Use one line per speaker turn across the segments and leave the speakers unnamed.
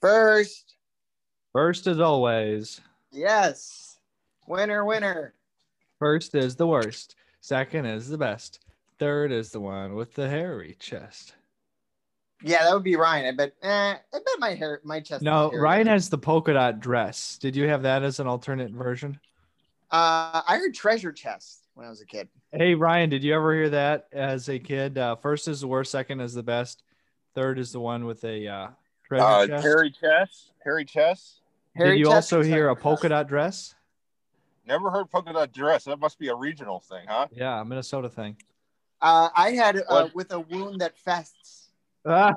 First,
First, as always,
yes. Winner, winner.
first is the worst. Second is the best. Third is the one with the hairy chest.
Yeah, that would be Ryan. I bet. Eh, I bet my hair, my chest.
No,
is hairy.
Ryan has the polka dot dress. Did you have that as an alternate version?
Uh, I heard treasure chest when I was a kid.
Hey, Ryan, did you ever hear that as a kid? Uh, first is the worst. Second is the best. Third is the one with a uh, treasure
Uh,
chest.
Harry Chess. Harry Chess.
Hairy
did you
chest
also
and
hear a
treasure
polka
chest.
dot dress?
Never heard polka dot dress. That must be a regional thing, huh?
Yeah, a Minnesota thing.
Uh, I had uh,
What?
with a wound that fests.
Ah.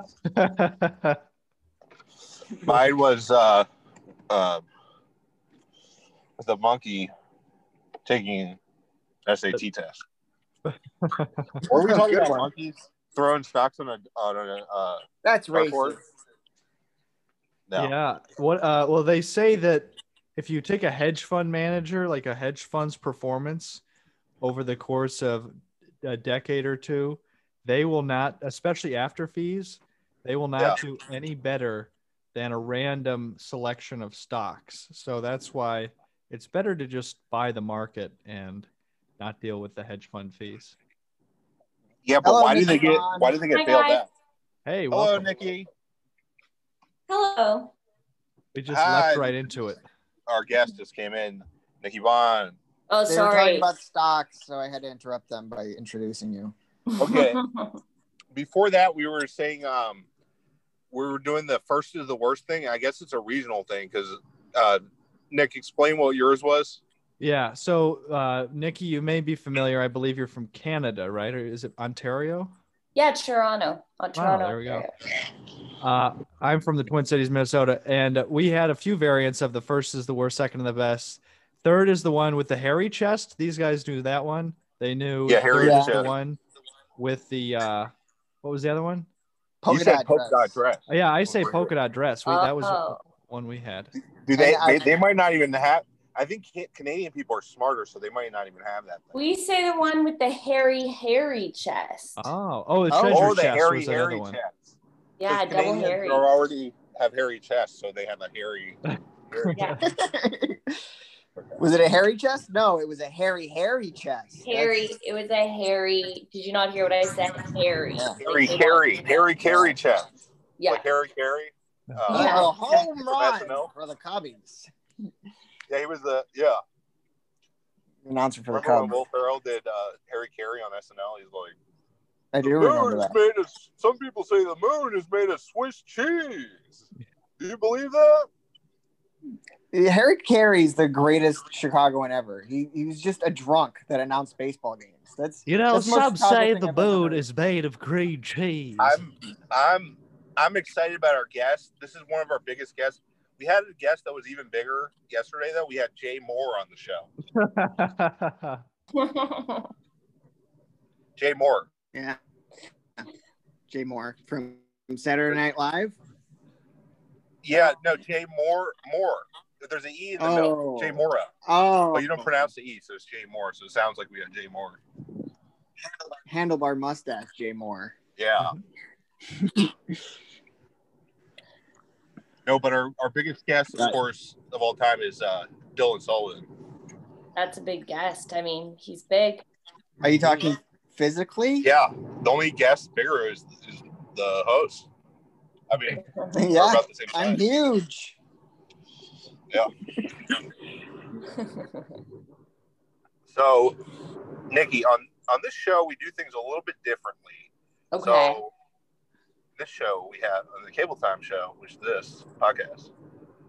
Mine was uh, uh, the monkey taking SAT test. What were we talking about? Monkeys throwing socks on a on a uh,
That's
Dark
racist.
horse? no.
Yeah. What? Uh, well, they say that if you take a hedge fund manager, like a hedge fund's performance over the course of a decade or two, they will not, especially after fees, they will not
Yeah.
do any better than a random selection of stocks. So that's why it's better to just buy the market and not deal with the hedge fund fees.
Yeah, but
Hello,
why did they
Mr.
get
Ron.
why did they get
Hi,
bailed
guys.
out?
Hey,
Hello,
welcome.
Nikki,
Hello.
We just
Hi.
leapt right into it.
our guest just came in. Nikki Vaughn.
Oh,
They were
sorry.
talking about stocks, so I had to interrupt them by introducing you.
Okay. Before that, we were saying um, we were doing the first is the worst thing. I guess it's a regional thing because uh, Nick, explain what yours was.
Yeah. So, uh, Nikki, you may be familiar. I believe you're from Canada, right? Or is it Ontario?
yeah, Toronto. Oh, Toronto.
there we go. Uh, I'm from the Twin Cities, Minnesota, and we had a few variants of the first is the worst, second is the best, third is the one with the hairy chest. These guys knew that one. They knew
Yeah, hairy
third is the
chest.
one with the uh, what was the other one?
you said polka dot
dress.
dress.
Oh, yeah, I say polka dot dress. We, that was
Oh.
one we had.
Do they,
I- I-
they? They might not even have. I think Ca- Canadian people are smarter, so they might not even have that. Thing.
We say the one with the hairy, hairy chest.
Oh, oh, the
Oh.
treasure
oh, the
chest
hairy,
was another
hairy
one.
chest.
yeah,
Because
double
Canadians
hairy.
Are already have hairy chests, so they have a hairy. hairy
Yeah,
was it a hairy chest? No, it was a hairy, hairy chest.
hairy. It was a hairy. Did you not hear what I said? Hairy.
Yeah.
Harry
Like,
Carey, Harry Carey chest.
Yeah.
Like Harry Carey.
That's
Uh,
Yeah.
A home
From
run
SNL?
for the Cubbies.
yeah, he was the yeah.
Announcer for the
Remember when
Cubs.
Will Ferrell did uh, Harry Carey on SNL? He's like,
I do
"The
remember
moon is
that.
made of. Some people say the moon is made of Swiss cheese. Do you believe that?
Harry Carey's the greatest Chicagoan ever. He, he was just a drunk that announced baseball games. That's
You know,
That's the most
some
Chicago
say
thing I've
the
ever
boat
heard.
is made of green cheese.
I'm I'm I'm excited about our guest. This is one of our biggest guests. We had a guest that was even bigger yesterday. Though we had Jay Moore on the show. Jay Moore.
yeah. Jay Moore from, from Saturday Night Live.
Yeah, no, Jay Moore. Moore. There's an e in the middle.
Oh.
Jay Mora.
Oh,
But you don't pronounce the e, so it's Jay Moore. So it sounds like we have Jay Moore.
handlebar mustache, Jay Moore.
Yeah. no, but our, our biggest guest, of
Right.
course, of all time is uh, Dylan Sullivan.
That's a big guest. I mean, he's big.
Are you talking physically?
Yeah, the only guest bigger is, is the host. I mean, we're
yeah.
about the same
I'm
size.
huge.
So, Nikki, on on this show, we do things a little bit differently.
okay.
So, this show we have on the Cable Time show, which is this podcast,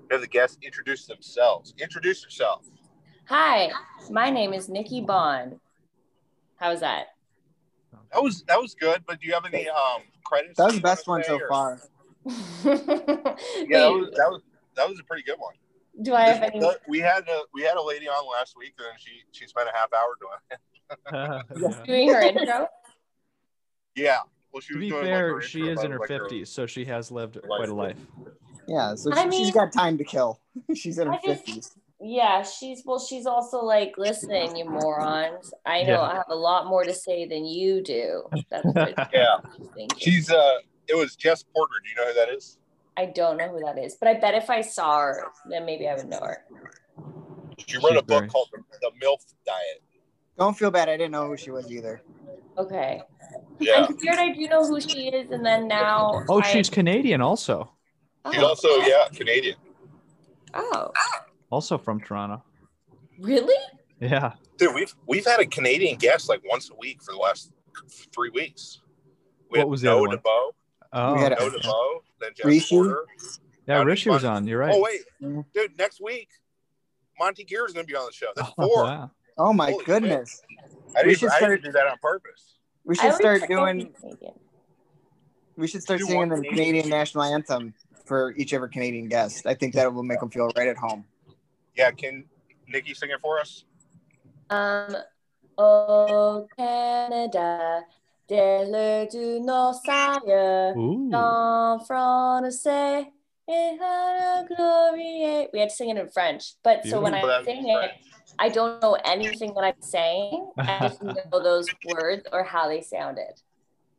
we have the guests introduce themselves. Introduce yourself.
Hi, my name is Nikki Bond. How's that?
That was that was good. But do you have any um credits?
That was
you
the best
wanna
one
say,
so far.
or- Yeah, that
Wait,
was, that was that was a pretty good one.
do I have any?
This- we had a we had a lady on last week, and she she spent a half hour doing. It.
Yeah.
doing her intro?
Yeah. Well, she
To
was
be
doing
fair,
like her
she
intro,
is
but,
in her
like,
50s, so she has lived
Life.
quite a life.
Yeah, so
I
she- she's
mean-
got time to kill. she's in her
I just-
fifties.
Yeah, she's well, she's also like, listen, you morons. I know
Yeah.
I have a lot more I have a lot more to say than you do. That's what
Yeah.
she's thinking.
She's uh, it was Jess Porter. Do you know who that is?
I don't know who that is, but I bet if I saw her, then maybe I would know her.
She wrote
She's
a book
very-
called The MILF Diet.
Don't feel bad. I didn't know who she was either.
Okay.
Yeah.
I'm scared I do know who she is, and then now.
Oh,
I-
she's Canadian also.
She's also, yeah, Canadian.
Oh,
Also from Toronto.
really?
Yeah.
Dude, we've we've had a Canadian guest like once a week for the last three weeks.
What
We had
was the
No
other one?
DeBoe,
Oh,
We had a-
No DeBoe, then Jeff
Rishi?
Porter.
yeah, Rishi was on. You're right.
Oh wait,
Mhm.
dude, next week Monty Gear is gonna be on the show. That's
Oh,
four.
wow.
Oh my
Holy
goodness.
I
We
didn't,
should
I didn't
start-
do that on purpose.
We
I
should
would
start
think I'd be
doing.
Canadian.
We should start
Do
singing
one
the
Canadian.
Canadian national anthem for each of our Canadian guests. I think that will make them feel right at home.
Yeah, can Nikki sing it for us?
Um, oh Canada, terre de nos aïeux,
Ooh.
en français et à la glorie. We had to sing it in French, but so when
Well,
I
that's
sing it,
right.
I don't know anything that I'm saying. I just know those words or how they sounded.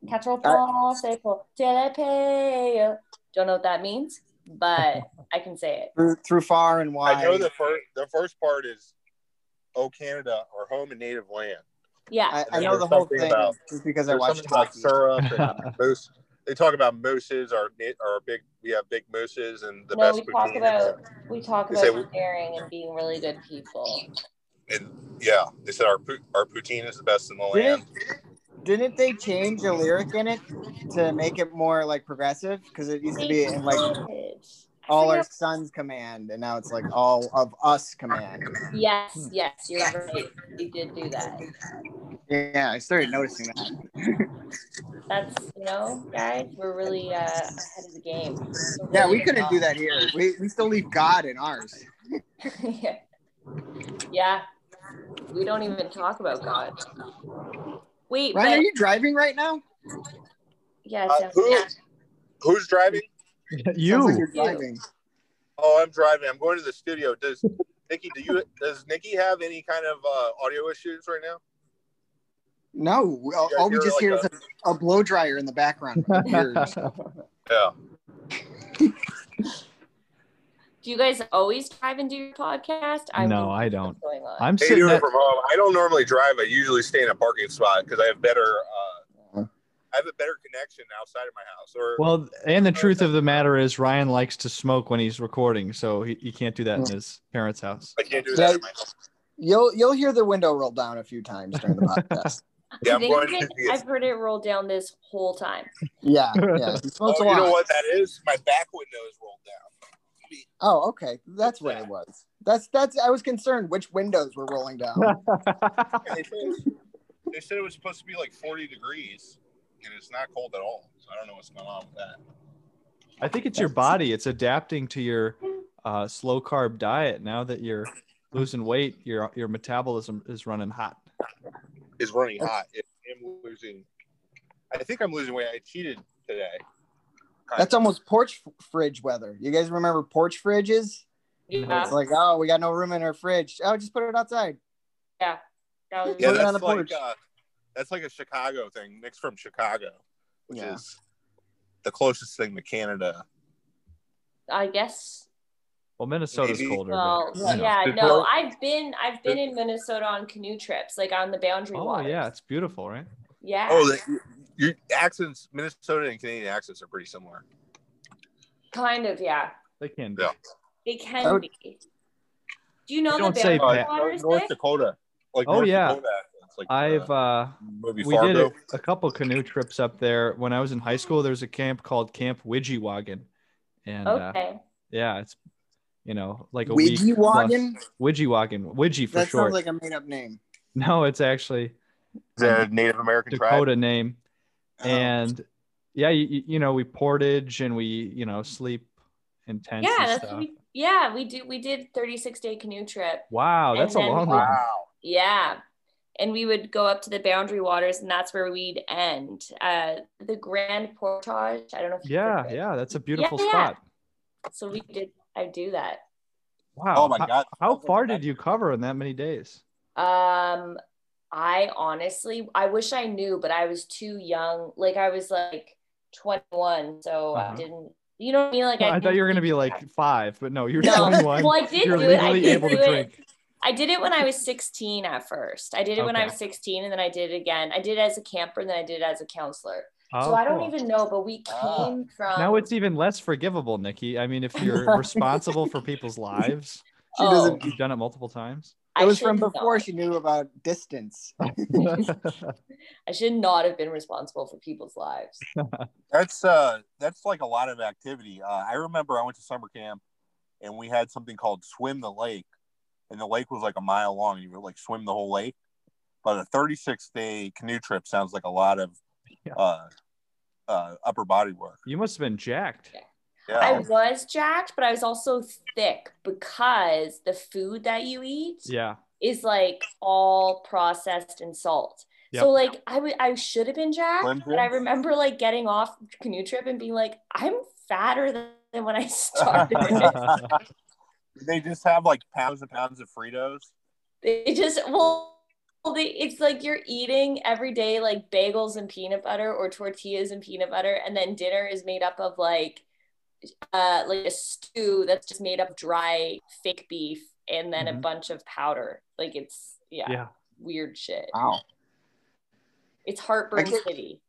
Quatre français pour télépayer. Don't know what that means, but I can say it.
Through, through far and wide.
I know the first the first part is "O Canada, our home and native land."
Yeah.
I, I know
There's
the whole
something
thing
about-
just because I
There's
watched
something about
hockey.
syrup and moose. They talk about mooses, our ni- our big we have big mooses and the
no,
best
we talk
poutine.
about we talk
They
about
say we-
sharing and being really good people.
and yeah, they said our poo- our poutine is the best in the land.
Didn't, didn't they change the lyric in it to make it more like progressive? Because it used to be in like all our sons command, and now it's like all of us command.
yes, yes, you're right. We did do that.
Yeah, I started noticing that.
That's you know, guys, we're really uh, ahead of the game. We're
Yeah, we
really
couldn't do
well.
that here. We, we still leave God in ours.
yeah. yeah, we don't even talk about God. Wait,
Ryan, are
but
you driving right now?
yeah,
Uh,
so-
who who's driving?
Sounds like
you.
you're driving.
Oh, I'm driving. I'm going to the studio. Does Nikki? Do you? Does Nikki have any kind of uh, audio issues right now?
No, we- all,
You guys
all we
hear,
just
like,
hear is a, a blow dryer in the background. Weird.
Yeah.
do you guys always drive and do your podcast?
No,
confused
I don't.
what's Going on.
I'm
Hey,
sitting
doing it
at,
from home. I don't normally drive. I usually stay in a parking spot because I have better. Uh, I have a better connection outside of my house. Or
well, and the truth of the matter is Ryan likes to smoke when he's recording, so he, he can't do that in
Mm.
his parents' house.
I can't do that. in my house.
You'll you'll hear the window roll down a few times during the podcast.
Yeah,
I
I'm
think
going
I've
to
been-
the.
I've heard it roll down this whole time.
Yeah, yeah. He
Oh,
smokes a
you know
lot.
what that is? My back window is rolled down.
Oh, okay. That's what it was. That's that's. I was concerned which windows were rolling down.
And They said, they said it was supposed to be like 40 degrees, and it's not cold at all. So I don't know what's going on with that.
I think it's your body. It's adapting to your uh, slow carb diet. Now that you're losing weight, your your metabolism is running hot.
It's running hot. It, I'm losing. I think I'm losing weight. I cheated today.
That's almost porch f- fridge weather. You guys remember porch fridges?
Yeah,
It's like, oh, we got no room in our fridge. Oh, just put it outside.
that was
yeah.
Put it on
That's
the
like
porch.
uh, that's like a Chicago thing. Nick's from Chicago, which
Yeah.
is the closest thing to Canada.
I guess.
Well, Minnesota's
Maybe.
colder.
Well,
but, you know.
yeah,
Good
no,
point.
I've been I've been in Minnesota on canoe trips, like on the boundary
Oh
waters.
yeah, it's beautiful, right?
yeah.
Oh, the, your accents, Minnesota and Canadian accents are pretty similar.
kind of, yeah.
They can be.
Yeah.
They
Oh.
can be. Do you know
You
the
don't say
boundary
that.
waters?
Uh, North
Nick?
Dakota, like
Oh,
North
yeah.
Dakota accents, like
I've
the
uh,
movie
we did
Fargo.
a, a couple canoe trips up there when I was in high school. There's a camp called Camp Widgewagon, and uh,
Okay.
yeah, it's you know like a week.
Wiggy Wagon?
plus- Widgewagon, Widgie for
That
short.
sounds like a made up name.
no, it's actually
The Native American
Dakota
tribe.
name.
Oh,
and yeah, you- you, you know, we portage and we, you know, sleep in tents.
Yeah,
and
that's
stuff.
we, yeah, we do we did 36 day canoe trip.
wow, that's a
and then-
long one.
Wow.
Yeah. And we would go up to the boundary waters, and that's where we'd end. Uh, the Grand Portage. I don't know if you've heard
Yeah,
of it.
yeah, that's a beautiful
yeah.
spot.
So we did. I do that.
Wow.
Oh my
How-
God.
How, far did you cover in that many days?
Um, I honestly, I wish I knew, but I was too young. Like I was like 21, so
Uh-huh.
I didn't You know what I mean? Like
I
did-
thought you were gonna be like five, but no, you're
No.
21.
Well, I did
you're
do it. I
legally
did
able
do
to
it.
drink.
I did it when I was 16 at first. I did it when I
Okay.
was 16, and then I did it again. I did it as a camper, and then I did it as a counselor.
Oh,
so I don't
cool.
even know, but we came
Ah.
from.
Now it's even less forgivable, Nikki. I mean, if you're responsible for people's lives,
She
Oh.
doesn't.
you've done it multiple times.
I
It was from
should not-
before she knew about distance.
I should not have been responsible for people's lives.
That's uh, that's like a lot of activity. Uh, I remember I went to summer camp, and we had something called swim the lake, and the lake was like a mile long. and You would like swim the whole lake, but a 36 day canoe trip sounds like a lot of
Yeah.
uh, uh, upper body work.
you must have been jacked.
I
Yeah,
was jacked, but I was also thick because the food that you eat
Yeah.
is like all processed and salt. So like I would I should have been jacked,
Slim
but I
Jims?
remember like getting off canoe trip and being like, I'm fatter than, than when I started.
they just have like pounds and pounds of Fritos.
they just well they, it's like you're eating every day like bagels and peanut butter or tortillas and peanut butter and then dinner is made up of like uh like a stew that's just made up of dry fake beef and then a
Mhm.
bunch of powder like it's yeah,
Yeah.
weird shit
Wow.
it's heartburn
Uh, I get-
city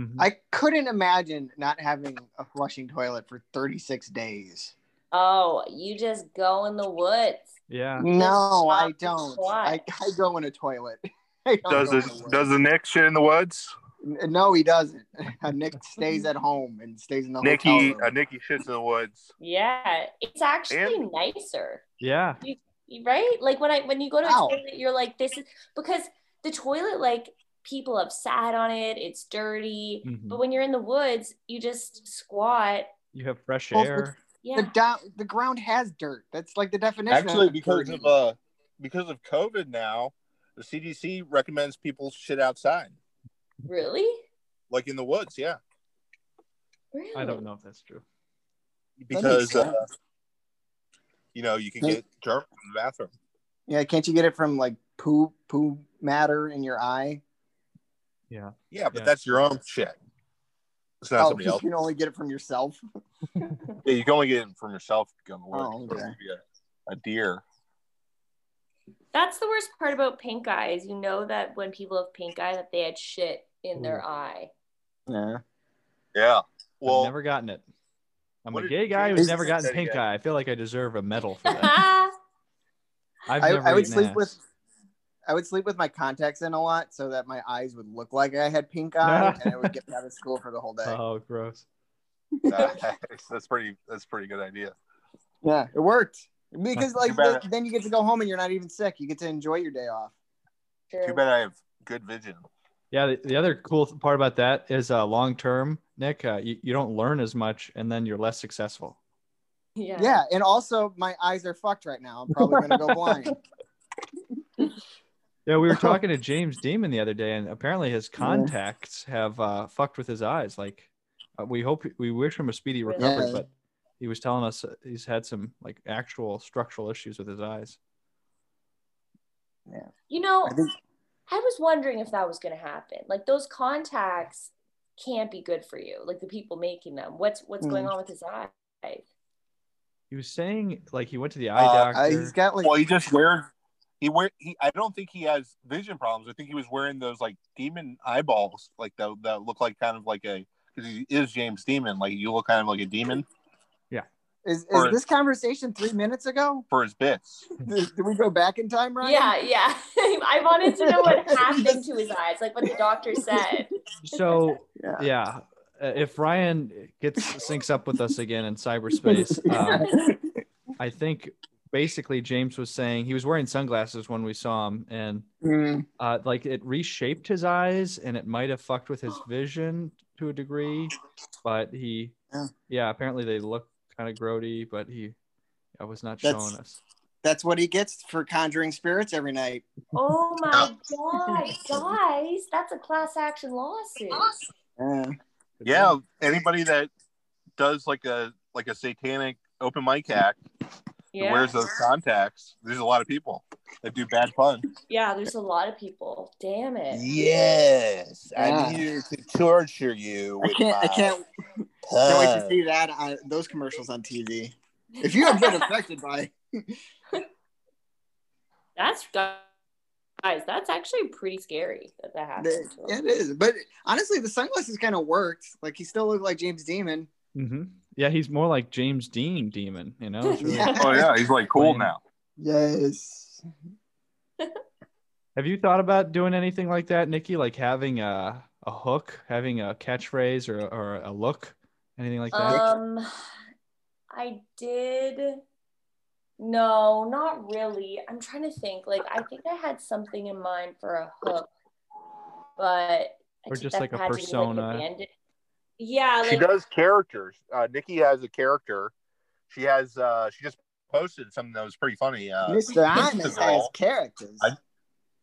Mhm.
I couldn't imagine not having a flushing toilet for 36 days.
oh you just go in the woods
Uh,
Yeah.
No, I
Stop.
don't. I,
Why?
I go in a toilet. I don't
Does
go
it?
in a
Does the Nick shit in the woods?
N- No, he doesn't. Nick stays at home and stays in the hotel
Nikki,
room.
uh, Nikki shits in the woods.
yeah it's actually
And-
nicer
Yeah.
right like when i when you go to a
Ow.
toilet you're like this is because the toilet like people have sat on it it's dirty
Mhm.
but when you're in the woods you just squat
You have fresh
Well,
air.
yeah
the do- the ground has dirt. That's like the definition.
Actually,
of
because
dirty.
of uh, because of COVID now, the CDC recommends people shit outside,
really
like in the woods. Yeah,
really
I don't know if that's true.
makes
because uh,
sense.
you know you can
Hey.
get germs in the bathroom.
yeah, can't you get it from like poo poo matter in your eye?
Yeah, but
Yeah.
that's your own shit. It's not
oh,
somebody
you
else.
can only get it from yourself.
Yeah, you can only get it from yourself. If you go in the
Oh,
woods, or
okay.
be a, a deer.
that's the worst part about pink eye is you know that when people have pink eye that they had shit in their
Ooh.
eye
Yeah.
Yeah.
I've
Well,
never gotten it. I'm
What
a
did
gay
you
guy
do?
who's never gotten
Said
pink
gay.
eye. I feel like I deserve a medal for that.
oh
I've
I,
never
I would
eaten
sleep
ass.
with I would sleep with my contacts in a lot so that my eyes would look like I had pink eye and I would get me out of school for the whole day.
Oh, gross.
that's pretty. That's a pretty good idea.
Yeah, it worked. Because
Too
like
bad-
the- then you get to go home and you're not even sick. You get to enjoy your day off.
Too bad I have good vision.
Yeah, the, the other cool th- part about that is uh, long term, Nick, uh, you, you don't learn as much and then you're less successful.
yeah
Yeah, and also my eyes are fucked right now. I'm probably gonna go blind.
Yeah, we were talking to James Demon the other day, and apparently his contacts have uh, fucked with his eyes. Like, uh, we hope we wish him a speedy recovery,
Yeah.
but he was telling us uh, he's had some like actual structural issues with his eyes.
you know
I think-
I was wondering if that was going to happen. Like those contacts can't be good for you. Like the people making them. What's what's going
Mm.
on with his eye?
He was saying like he went to the eye
Uh,
doctor.
Uh, he's got like
Well, he just wears. He wear. He. I don't think he has vision problems. I think he was wearing those like demon eyeballs, like that that look like kind of like a because he is James Demon. Like you look kind of like a demon
is, is
or-
this conversation three minutes ago?
for his bits.
Did, did we go back in time, Ryan?
Yeah, yeah. I wanted to know what happened to his eyes, like what the doctor said.
so
Yeah.
yeah, uh, if Ryan gets syncs up with us again in cyberspace, um, I think basically James was saying he was wearing sunglasses when we saw him, and
Mm,
uh, like it reshaped his eyes and it might have fucked with his vision to a degree but he
Yeah.
yeah, apparently they look kind of grody but he i was not
That's-
showing us
that's what he gets for conjuring spirits every night.
Oh my god, guys, that's a class action lawsuit.
Yeah.
Yeah, anybody that does like a like a satanic open mic act and
Yeah.
wears those contacts, there's a lot of people that do bad fun.
Yeah, there's a lot of people. Damn it.
Yes,
I'm Yeah.
here to torture you.
I can't. I can't. Can't wait to
Uh.
see that on those commercials on TV. If you have been affected by
That's guys. That's actually pretty scary that that happened.
it,
to him.
it is. But honestly, the sunglasses kind of worked. Like he still looked like James Demon.
hmm Yeah, he's more like James Dean Demon, you know? It's really-
Yeah.
Oh yeah, he's like cool now.
Yes.
Have you thought about doing anything like that, Nikki? Like having a, a hook, having a catchphrase or, or a look, anything like that?
Um, I did. No, not really. I'm trying to think. Like, I think I had something in mind for a hook, but I
Or
think
just
that
like a
had to be, like,
persona.
abandoned. yeah,
She
like
does characters. Uh, Nikki has a character. She has. Uh, she just posted something that was pretty funny. Uh,
Mr. Honest has
girl.
characters.
I-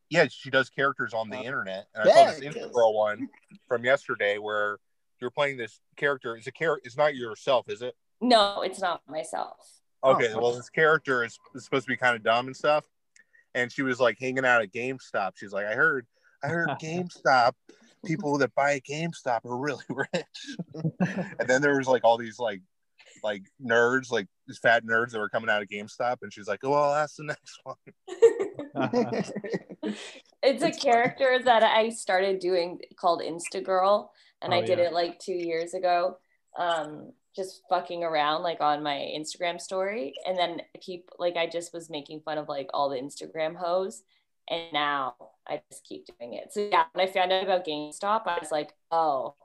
yeah, she does characters on the
Oh.
internet, and I saw this
There it
Insta
is.
Girl one from yesterday where you're playing this character. It's a character. It's not yourself, is it?
no, it's not myself.
Okay,
Oh.
well, this character is, is supposed to be kind of dumb and stuff. And she was like hanging out at GameStop. She's like, I heard, I heard GameStop people that buy at GameStop are really rich. and then there was like all these like, like nerds, like these fat nerds that were coming out of GameStop. And she's like, oh, well, that's the next one.
It's a
It's funny.
character that I started doing called Instagirl, and I
Oh,
did
yeah.
it like two years ago, um, just fucking around like on my Instagram story. And then people like I just was making fun of like all the Instagram hoes, and now I just keep doing it. So yeah, when I found out about GameStop, I was like, oh,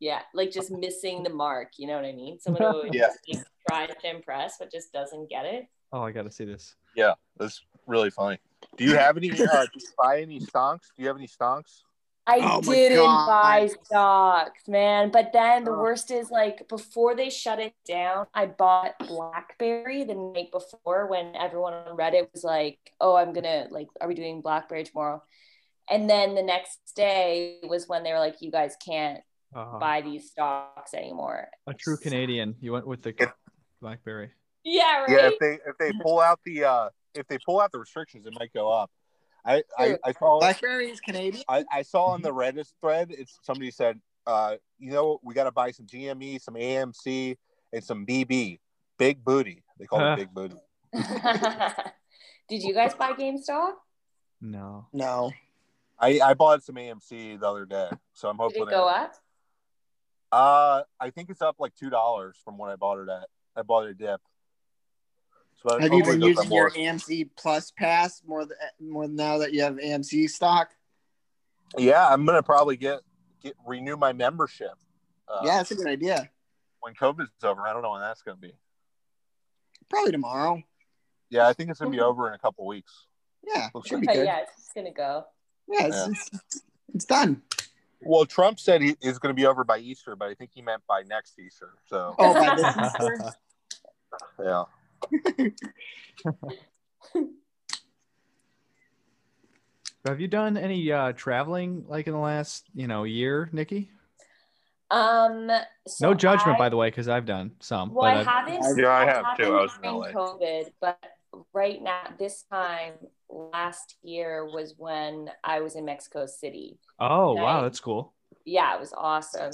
yeah, like just missing the mark. You know what I mean? Someone who
Yeah.
just tries to impress but just doesn't get it.
oh, I got to see this.
Yeah, that's really funny. Do you have any, uh, do you buy any stonks? Do you have any stonks?
I
Oh my
didn't
God.
buy stocks, man. But then the
Oh.
worst is like before they shut it down, I bought BlackBerry the night before when everyone on Reddit was like, "Oh, I'm gonna like, are we doing BlackBerry tomorrow?" And then the next day was when they were like, "You guys can't
Uh,
buy these stocks anymore."
a true Canadian. You went with the
Yeah.
Blackberry.
Yeah, right.
Yeah, if they if they pull out the uh if they pull out the restrictions, it might go up. I I, I saw
Blackberry is Canadian.
I, I saw on the Reddit thread, it's somebody said, uh, you know, we got to buy some GME, some AMC, and some BB, big booty. They call
Huh.
it big booty.
Did you guys buy GameStop?
No.
No.
I, I bought some AMC the other day, so I'm
Did
hoping.
it go up?
Uh, I think it's up like two dollars from when I bought it at. I bought it a dip. So I'm
Have you
hoping
been
Oh, it goes
using
up
your
more.
AMC Plus pass more th- more now that you have AMC stock?
Yeah, I'm gonna probably get get renew my membership. Uh,
yeah, that's a good idea.
When COVID's over, I don't know when that's gonna be.
Probably tomorrow.
Yeah, I think it's gonna be over in a couple weeks.
Yeah,
Looks
should be
But
good. Yeah,
yeah, it's just gonna go.
it's, It's, it's done.
Well, Trump said he is going to be over by Easter, but I think he meant by next Easter. So,
Oh, by this Easter?
yeah.
Have you done any uh, traveling like in the last, you know, year, Nikki?
Um,
No judgment, by the way, because I've done some.
Well, I
Um, but I've-
haven't.
Yeah, I have too.
haven't
I was in
during
LA.
COVID, but right now, this time last year was when I was in Mexico City.
oh, wow,
Right.
that's cool.
Yeah, it was awesome.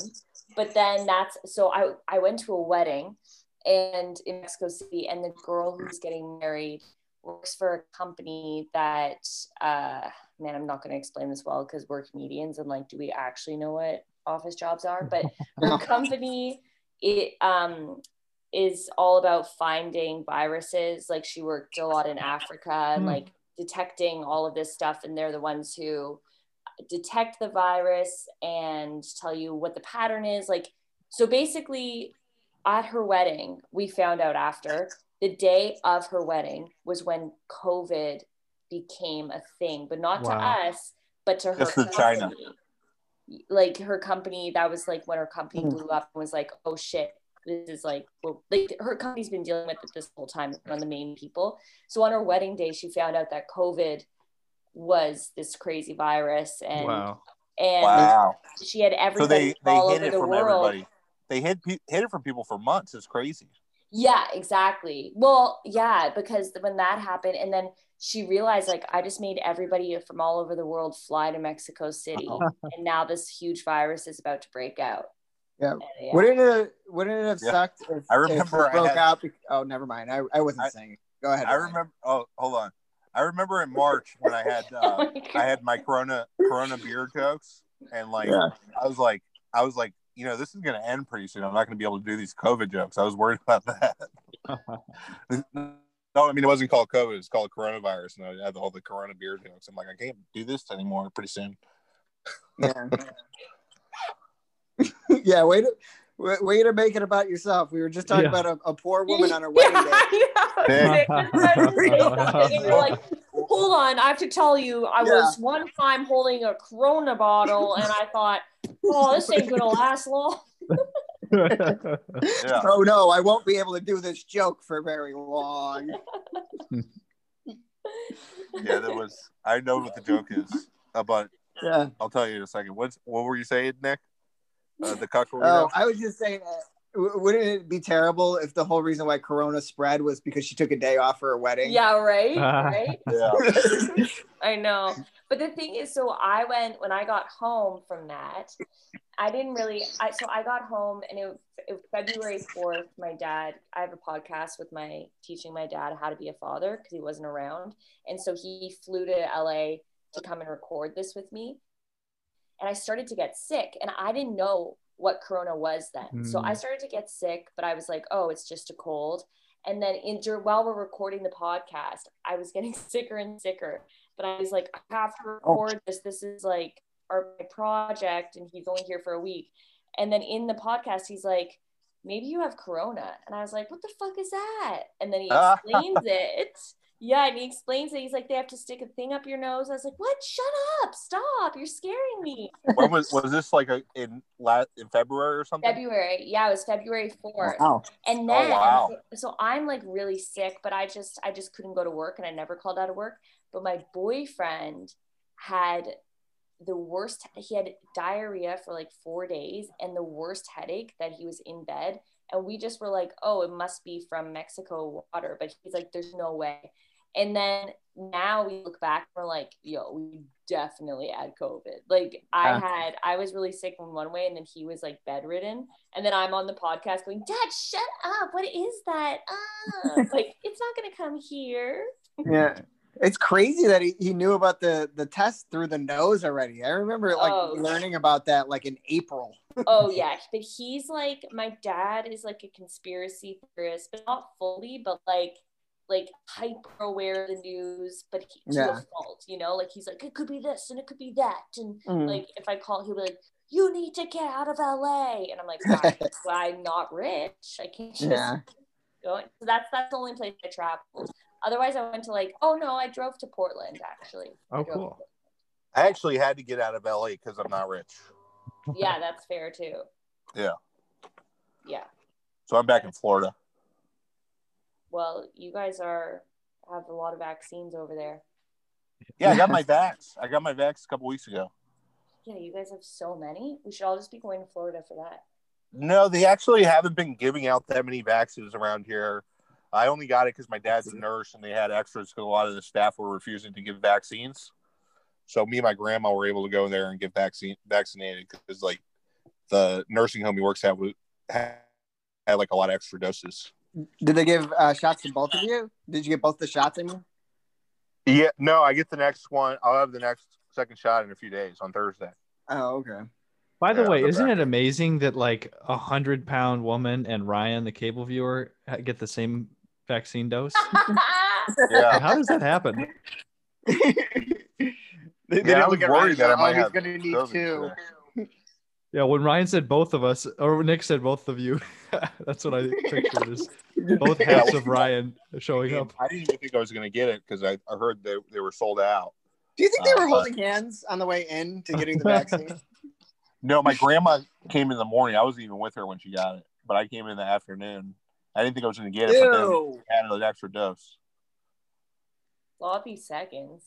But then that's so I I went to a wedding, and in Mexico City, and the girl who's getting married works for a company that uh man i'm not going to explain this well because we're comedians and like do we actually know what office jobs are but her company it um is all about finding viruses like she worked a lot in africa and
Hmm.
like detecting all of this stuff and they're the ones who uh, detect the virus and tell you what the pattern is like so basically at her wedding we found out after the day of her wedding was when covid became a thing but not
Wow.
to us but to her
Just to China.
company like her company that was like when her company
Hmm.
blew up and was like oh shit this is like well like her company's been dealing with it this whole time one of the main people so on her wedding day she found out that covid was this crazy virus and
Wow.
and
Wow.
she had
So
everybody
they they
all
hid
over
it
the
from
world
everybody. They hid pe- hid it from people for months. It's crazy.
Yeah, exactly. Well, yeah, because when that happened, and then she realized, like, I just made everybody from all over the world fly to Mexico City, and now this huge virus is about to break out.
Yeah.
And, yeah.
Wouldn't it have, wouldn't it have
Yeah.
sucked if,
I
if it
remember I
broke
had-
out? Be- oh, never mind. I, I wasn't
I-
saying. It. Go ahead.
I
Ryan.
remember. Oh, hold on. I remember in March when I had
Oh
uh,
my God.
I had my Corona Corona beer jokes, and like
Yeah.
I was like I was like you know this is gonna end pretty soon. I'm not gonna be able to do these COVID jokes. I was worried about that. no, I mean it wasn't called COVID. It's called coronavirus, and I had all the Corona beer jokes. I'm like I can't do this anymore. Pretty soon.
Yeah. yeah. Way to wa- way to make it about yourself. We were just talking
Yeah.
about a, a poor woman on her wedding day.
Yeah, I know. I was saying something, and you're like, Hold on, I have to tell you, I
Yeah.
was one time holding a Corona bottle, and I thought, "Oh, this ain't gonna last long."
Yeah.
Oh no, I won't be able to do this joke for very long.
yeah, that was. I know what the joke is, uh, but
Yeah.
I'll tell you in a second. What's what were you saying, Nick? Uh, the cockroach.
Oh, I was just saying, uh, w- wouldn't it be terrible if the whole reason why Corona spread was because she took a day off for her wedding?
Yeah, right, right.
yeah.
I know. But the thing is, so I went when I got home from that. I didn't really. I so I got home and it, it was February fourth. My dad. I have a podcast with my teaching my dad how to be a father because he wasn't around, and so he flew to LA to come and record this with me. And I started to get sick, and I didn't know what corona was then. So
Hmm.
I started to get sick, but I was like, oh, it's just a cold. And then in, dur- while we're recording the podcast, I was getting sicker and sicker but I was like, I have to record this. This is like our my project, and he's only here for a week. And then in the podcast, he's like, maybe you have corona, and I was like, what the fuck is that? And then he explains it. Yeah, and he explains it. He's like, they have to stick a thing up your nose. I was like, what? Shut up! Stop! You're scaring me.
When was was this like a, in la in February or something?
February. Yeah, it was February fourth.
Wow.
And then
wow.
so I'm like really sick, but I just I just couldn't go to work and I never called out of work. But my boyfriend had the worst he had diarrhea for like 4 days and the worst headache that he was in bed and we just were like, "Oh, it must be from Mexico water." But he's like, "There's no way." And then now we look back, we're like, "Yo, we definitely had COVID." Like I
Yeah.
had I was really sick in one way and then he was like bedridden. And then I'm on the podcast going, Dad, shut up. What is that? Ah. like, it's not going to come here.
Yeah. It's crazy that he, he knew about the, the test through the nose already. I remember like
Oh.
learning about that like in April.
Oh, yeah. But he's like, my dad is like a conspiracy theorist, but not fully, but like, like hyper aware of the news, but he, to
Yeah.
a fault, you know? Like, he's like, it could be this and it could be that. And
Mm.
like, if I call, he'll be like, you need to get out of LA. And I'm like, "Why? Well, I'm not rich. I can't just
yeah.
going. So that's that's the only place I traveled. Otherwise, I went to like oh no, I drove to Portland actually.
oh,
I drove-
cool.
I actually had to get out of LA because I'm not rich,
Yeah, that's fair too.
Yeah.
Yeah.
so I'm back in Florida.
Well, you guys are have a lot of vaccines over there.
Yeah, I got my vax. I got my vax a couple weeks ago.
Yeah, you guys have so many. We should all just be going to Florida for that.
No, they actually haven't been giving out that many vaccines around here. I only got it because my dad's a nurse and they had extras because a lot of the staff were refusing to give vaccines. So me and my grandma were able to go there and get vaccine vaccinated because like the nursing home he works at was, had, had like a lot of extra doses.
Did they give uh, shots to both of you? Did you get both the shots? I mean,
Yeah, no, I get the next one. I'll have the next second shot in a few days on Thursday.
oh, okay.
By the
Yeah,
way,
they're
isn't
back.
it amazing that like a hundred pound woman and Ryan, the cable viewer, ha- get the same vaccine dose?
Yeah,
How does that happen?
they they
Yeah, I was worried
Ryan,
that I
oh,
might
he's
have
gonna need
those
two.
Yeah, when Ryan said both of us, or when Nick said both of you, that's what I pictured is both halves of Ryan showing up.
I didn't even think I was going to get it because I, I heard they, they were sold out.
Do you think they
Uh,
were holding hands on the way in to getting the vaccine?
No, my grandma came in the morning. I wasn't even with her when she got it, but I came in the afternoon. I didn't think I was going to get it, but then
Ew.
I had an extra dose.
Sloppy seconds.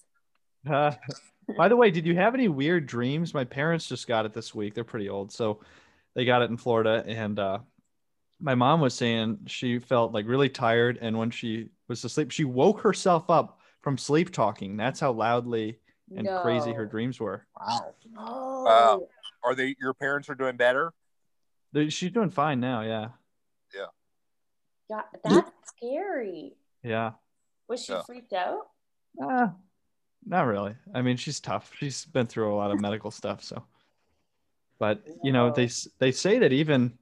Uh, by the way, did you have any weird dreams? My parents just got it this week. They're pretty old, so they got it in Florida. And uh, my mom was saying she felt like really tired, and when she was asleep, she woke herself up from sleep talking. That's how loudly and
no. Oh,
crazy her dreams were.
Wow.
No.
Wow. Are they your parents are doing better?
They- She's doing fine now. Yeah.
Yeah, that's scary.
Yeah.
Was she
Yeah.
freaked out?
Uh, not really. I mean, she's tough. She's been through a lot of medical stuff, so. But you know, they s- they say that even,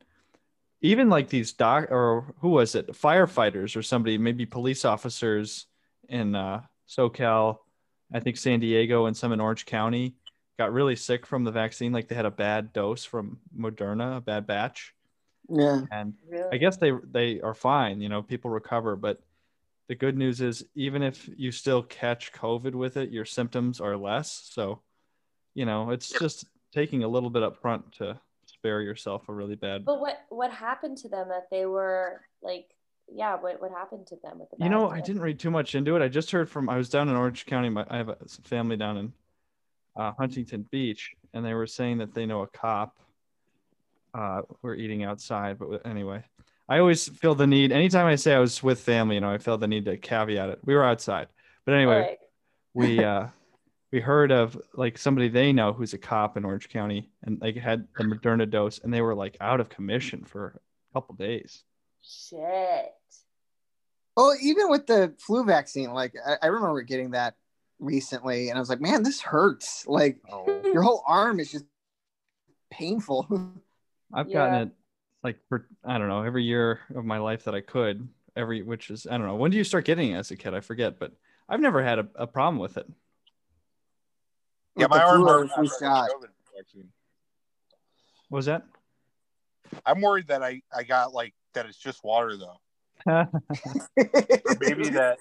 even like these doc or who was it, firefighters or somebody, maybe police officers in uh, SoCal, I think San Diego and some in Orange County, got really sick from the vaccine. Like they had a bad dose from Moderna, a bad batch,
Yeah.
and
Really?
I guess they they are fine. You know, people recover, but the good news is even if you still catch COVID with it, your symptoms are less. So, you know, it's just taking a little bit up front to spare yourself a really bad.
But what what happened to them that they were like? Yeah, what what happened to them with the?
You know,
bad
I
stuff?
didn't read too much into it. I just heard from I was down in Orange County. My, I have a, some family down in uh, Huntington Beach, and they were saying that they know a cop. Uh, we're eating outside, but anyway, I always feel the need. Anytime I say I was with family, you know, I feel the need to caveat it. We were outside, but anyway,
Alright.
we uh we heard of like somebody they know who's a cop in Orange County and like had the Moderna dose and they were like out of commission for a couple days.
Shit.
Well, even with the flu vaccine, like I, I remember getting that recently, and I was like, man, this hurts. Like
Oh,
your whole arm is just painful.
I've
Yeah.
gotten it like for I don't know every year of my life that I could every which is I don't know when do you start getting it as a kid I forget but I've never had a, a problem with it.
yeah,
With
my
the
arm
flu or
hurt
flu
after I
shot.
got COVID vaccine.
What was that?
I'm worried that I I got like that. It's just water though. Maybe that.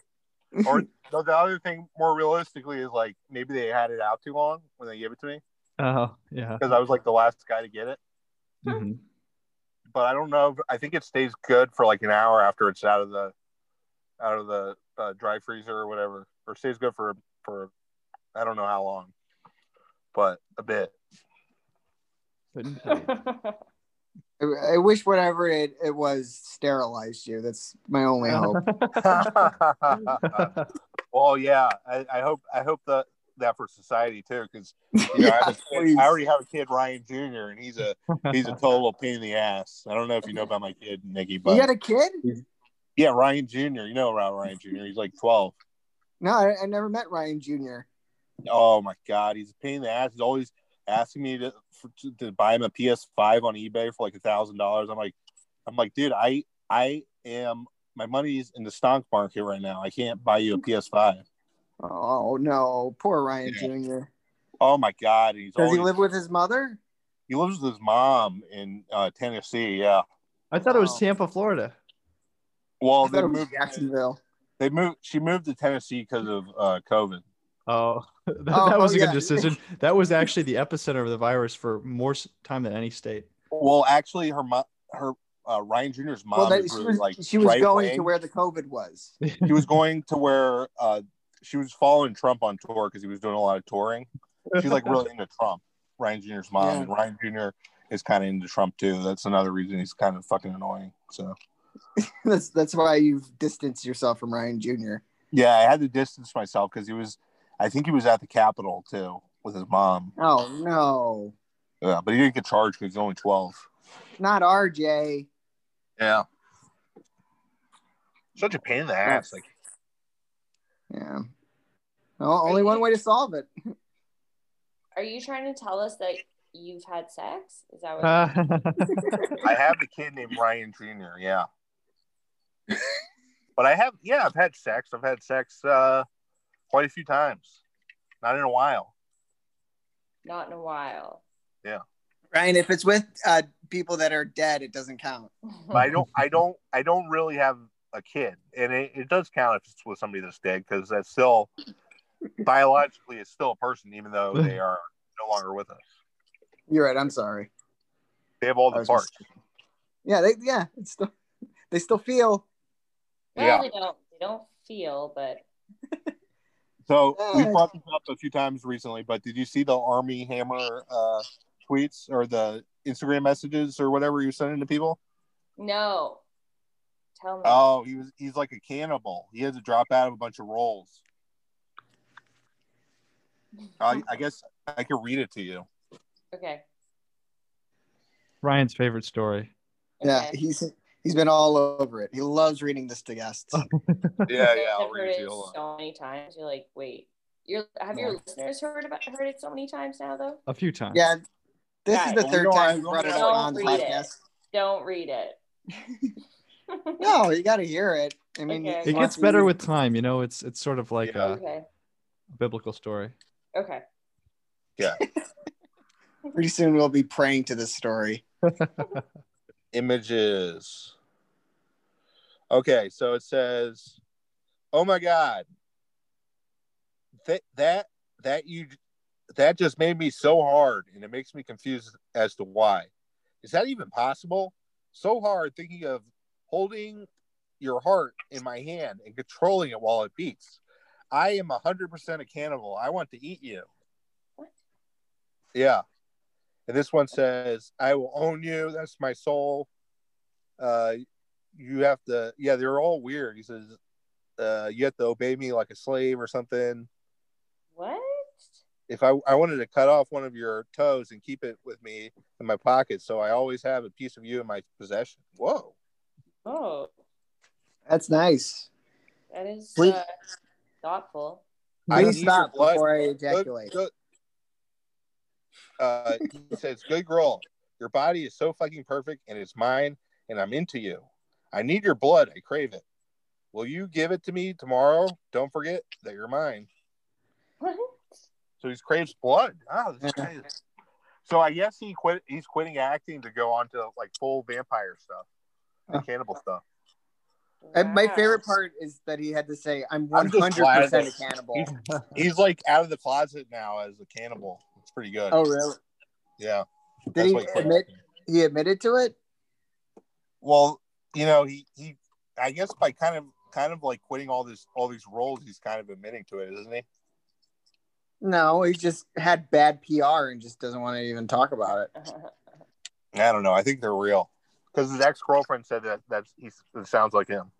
Or no, the other thing, more realistically, is like maybe they had it out too long when they gave it to me
Oh yeah.
because I was like the last guy to get it.
Mhm.
But I don't know. I think it stays good for like an hour after it's out of the out of the uh, dry freezer or whatever, or stays good for for I don't know how long, but a bit.
Couldn't tell you.
I wish whatever it, it was sterilized you. That's my only hope.
well, yeah. I, I hope I hope that that for society too, because you know, I, have a kid-
please.
I already have a kid, Ryan Jr., and he's a he's a total pain in the ass. I don't know if you know about my kid, Nikki, but
you got a kid?
yeah, Ryan Jr. You know about Ryan Jr. He's like twelve.
No, I, I never met Ryan Jr.
Oh my god, he's a pain in the ass. He's always asking me to for, to, to buy him a PS5 on eBay for like a thousand dollars. I'm like, I'm like, dude, I I am my money's in the stock market right now. I can't buy you a PS5.
Oh no, poor Ryan Jr.
Oh my god, he's
Does he
always-
live with his mother?
He lives with his mom in uh, Tennessee. Yeah.
I thought it was
Oh.
Wow.
Tampa, Florida.
Well,
I thought
they
it was
moved.
Jacksonville.
They moved. She moved to Tennessee because of uh, COVID.
Oh, that,
Oh,
that was
oh,
a good
yeah.
decision. That was actually the epicenter of the virus for more s- time than any state.
Well, actually, her mom, her uh, Ryan Jr.'s mom
Well, that,
is
she
really,
was,
like
she was
right
going
wing.
to where the COVID was.
she was going to where uh, she was following Trump on tour because he was doing a lot of touring. She's like really into Trump. Ryan Jr.'s mom
Yeah.
and Ryan Jr. is kind of into Trump too. That's another reason he's kind of fucking annoying. So
that's that's why you've distanced yourself from Ryan Jr.
yeah, I had to distance myself because he was. I think he was at the Capitol too with his mom.
Oh no,
Yeah, but he didn't get charged because he's only twelve.
not RJ.
Yeah. Such a pain in the ass. Like,
Yeah. Well, only one way to solve it.
Are you trying to tell us that you've had sex? Is that what?
Uh,
I have a kid named Ryan Jr. Yeah. but I have, yeah, I've had sex. I've had sex uh, quite a few times. Not in a while.
Not in a while.
Ryan, if it's with uh, people that are dead, it doesn't count.
But I don't, I don't, I don't really have a kid, and it, it does count if it's with somebody that's dead because that's still biologically it's still a person, even though they are no longer with us.
You're right. I'm sorry.
They have all
I
the
was just-
parts.
Yeah, they yeah, it's still they still feel.
No,
Yeah.
they don't. They don't feel, but
So we
Yeah.
brought this up a few times recently, but did you see the Army Hammer uh, tweets or the Instagram messages or whatever you were sending to people?
no. Tell me.
Oh, he was he's like a cannibal. He had to drop out of a bunch of roles. I, I guess I could read it to you.
okay.
Ryan's favorite story.
Yeah, he's he's been all over it. He loves reading this to guests.
Yeah,
I've
yeah. I'll
heard
read it to you.
it
Hold on.
so many times. You're like, wait, you're have your listeners heard about heard it so many times now though?
A few times.
Yeah, this is the
Guys,
third
no,
time
I-
we brought it up
Don't
on the
read it.
podcast.
Don't read it.
No, you got to hear it. I mean,
Okay.
It gets better with time, you know. It's it's sort of like uh,
Yeah.
a
Okay.
biblical story.
Okay.
Pretty soon we'll be praying to this story.
Images. Okay, so it says, "Oh my God, that that that you that just made me so hard, and it makes me confused as to why. Is that even possible? So hard thinking of holding your heart in my hand and controlling it while it beats. I am hundred percent a cannibal. I want to eat you.
What?
Yeah." And this one says, I will own you. That's my soul. Uh, you have to, yeah, they're all weird. He says, uh, you have to obey me like a slave or something.
What?
If I, I wanted to cut off one of your toes and keep it with me in my pocket. So I always have a piece of you in my possession. Whoa.
Oh,
That's nice.
that is
Please-
uh, thoughtful.
I
Please
need your
stop
blood.
before I
Good-
ejaculate.
good- Uh, he says, good girl. Your body is so fucking perfect and it's mine and I'm into you. I need your blood. I crave it. Will you give it to me tomorrow? Don't forget that you're mine.
What?
So he's craves blood. Wow, this guy is- So I guess he quit. He's quitting acting to go on to like full vampire stuff, and cannibal stuff.
And my
Wow.
favorite part is that he had to say, "I'm
I'm just
100
glad
percent a
that-
cannibal."
He's like out of the closet now as a cannibal. It's pretty good.
Oh, really?
yeah.
Did he
why quit
admit?
acting.
He admitted to it.
Well, you know, he he. I guess by kind of kind of like quitting all this all these roles, he's kind of admitting to it, isn't he?
No, he just had bad PR and just doesn't want to even talk about it.
I don't know. I think they're real because his ex girlfriend said that that's he it sounds like him.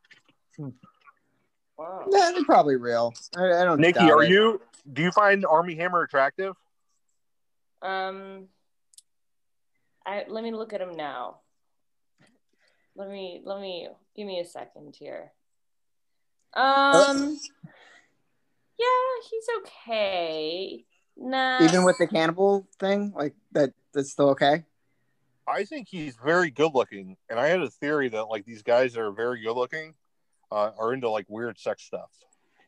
wow.
Yeah, they're probably real. I, I don't.
Nikki,
doubt
are
it.
you? Do you find Army Hammer attractive?
Um, I let me look at him now. Let me let me give me a second here.
Uh,
Um, yeah, he's okay. Nah,
Uh, Even with the cannibal thing, like that, that's still okay.
I think he's very good looking, and I had a theory that like these guys that are very good looking uh, are into like weird sex stuff,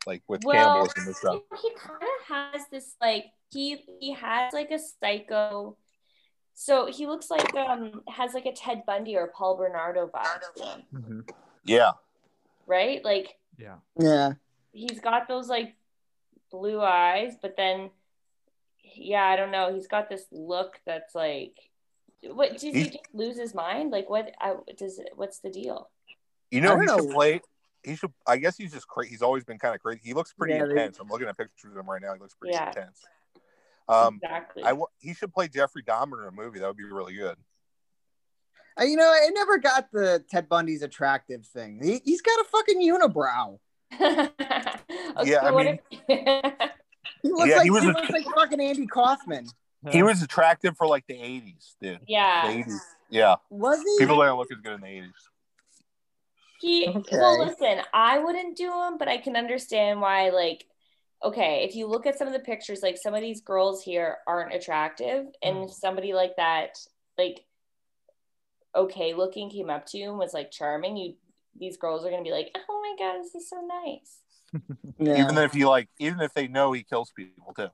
like with
Well,
cannibalism and
you
stuff.
know, he kind of has this like he he has like a psycho. So he looks like um has like a Ted Bundy or Paul Bernardo vibe, to him,
Mhm.
Yeah,
right? Like
Yeah.
Yeah,
he's got those like blue eyes, but then yeah, I don't know. He's got this look that's like, what does he
He-
just lose his mind? Like what I, does? What's the deal?
you
I
know
don't
he should
know.
play. He should. I guess he's just crazy. He's always been kind of crazy. He looks pretty
Yeah, they-
intense. I'm looking at pictures of him right now. He looks pretty
Yeah.
intense. Um,
exactly.
I w- he should play Jeffrey Dahmer in a movie. That would be really good.
Uh, you know, I never got the Ted Bundy's attractive thing. He, he's got a fucking unibrow.
Okay,
Yeah, I
what
mean-
if-
He looks
Yeah,
like
he
he,
was a-
looks like fucking Andy Kaufman.
He was attractive for like the '80s, dude. The
yeah.
80s. Yeah,
Was he?
people don't look as good in the '80s.
He
Okay.
well, listen, I wouldn't do him, but I can understand why. Like, okay, if you look at some of the pictures, like some of these girls here aren't attractive, and
Mm.
if somebody like that, like okay looking, came up to you and was like charming, you these girls are gonna be like, oh my god, this is so nice.
yeah.
Even if you like, even if they know he kills people too.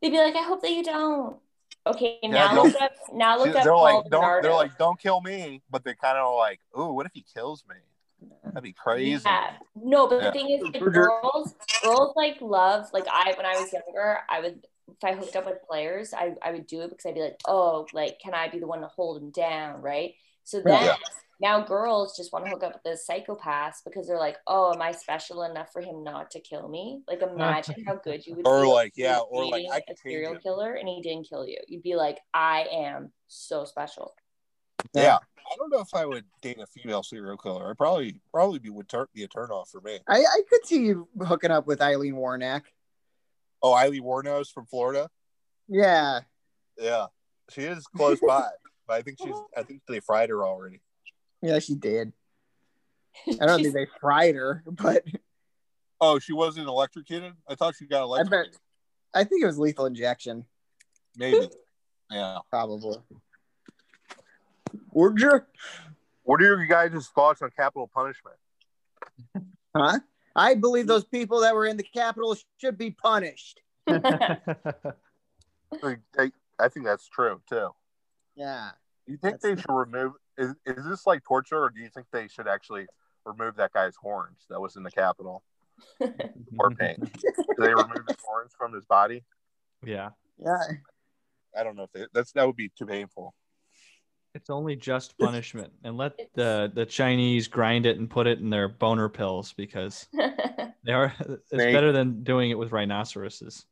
They'd be like, I hope that you don't. Okay,
Yeah,
now
don't-
look up. Now look
they're
up. Paul
like, don't,
Bernardo."
they're like, don't kill me, but they kind of like, ooh, what if he kills me? That'd be crazy.
Yeah. No, but
Yeah.
the thing is, like,
Sure.
girls, girls like love. Like I, when I was younger, I would, if I hooked up with players, I, I would do it because I'd be like, oh, like, can I be the one to hold him down, right? So then,
Yeah.
now girls just want to hook up with the psychopaths because they're like, oh, am I special enough for him not to kill me? Like, imagine how good you would.
Or
feel
like,
if you were
yeah, or like,
dating
I could
a serial
change him.
killer and he didn't kill you. You'd be like, I am so special.
Yeah. I don't know if I would date a female serial killer. I probably probably be would tur- be a turnoff for me.
I, I could see you hooking up with Eileen Warnack.
Oh, Eileen Warnos from Florida.
Yeah,
Yeah, She is close by, but I think she's. I think they fried her already.
Yeah, she did. I don't think they fried her, but
Oh, she wasn't electrocuted. I thought she got
I
electrocuted.
bet. I think it was lethal injection,
Maybe. Yeah.
probably. Would you?
What are your guys' thoughts on capital punishment?
Huh? I believe those people that were in the Capitol should be punished.
Like, I, I think that's true too.
Yeah.
You think
That's-
they should remove? Is, is this like torture, or do you think they should actually remove that guy's horns that was in the Capitol or paint? do they remove his horns from his body?
yeah.
Yeah.
I don't know if they, that's that would be too painful.
It's only just punishment, and let the the Chinese grind it and put it in their boner pills because they are. It's
They-
better than doing it with rhinoceroses.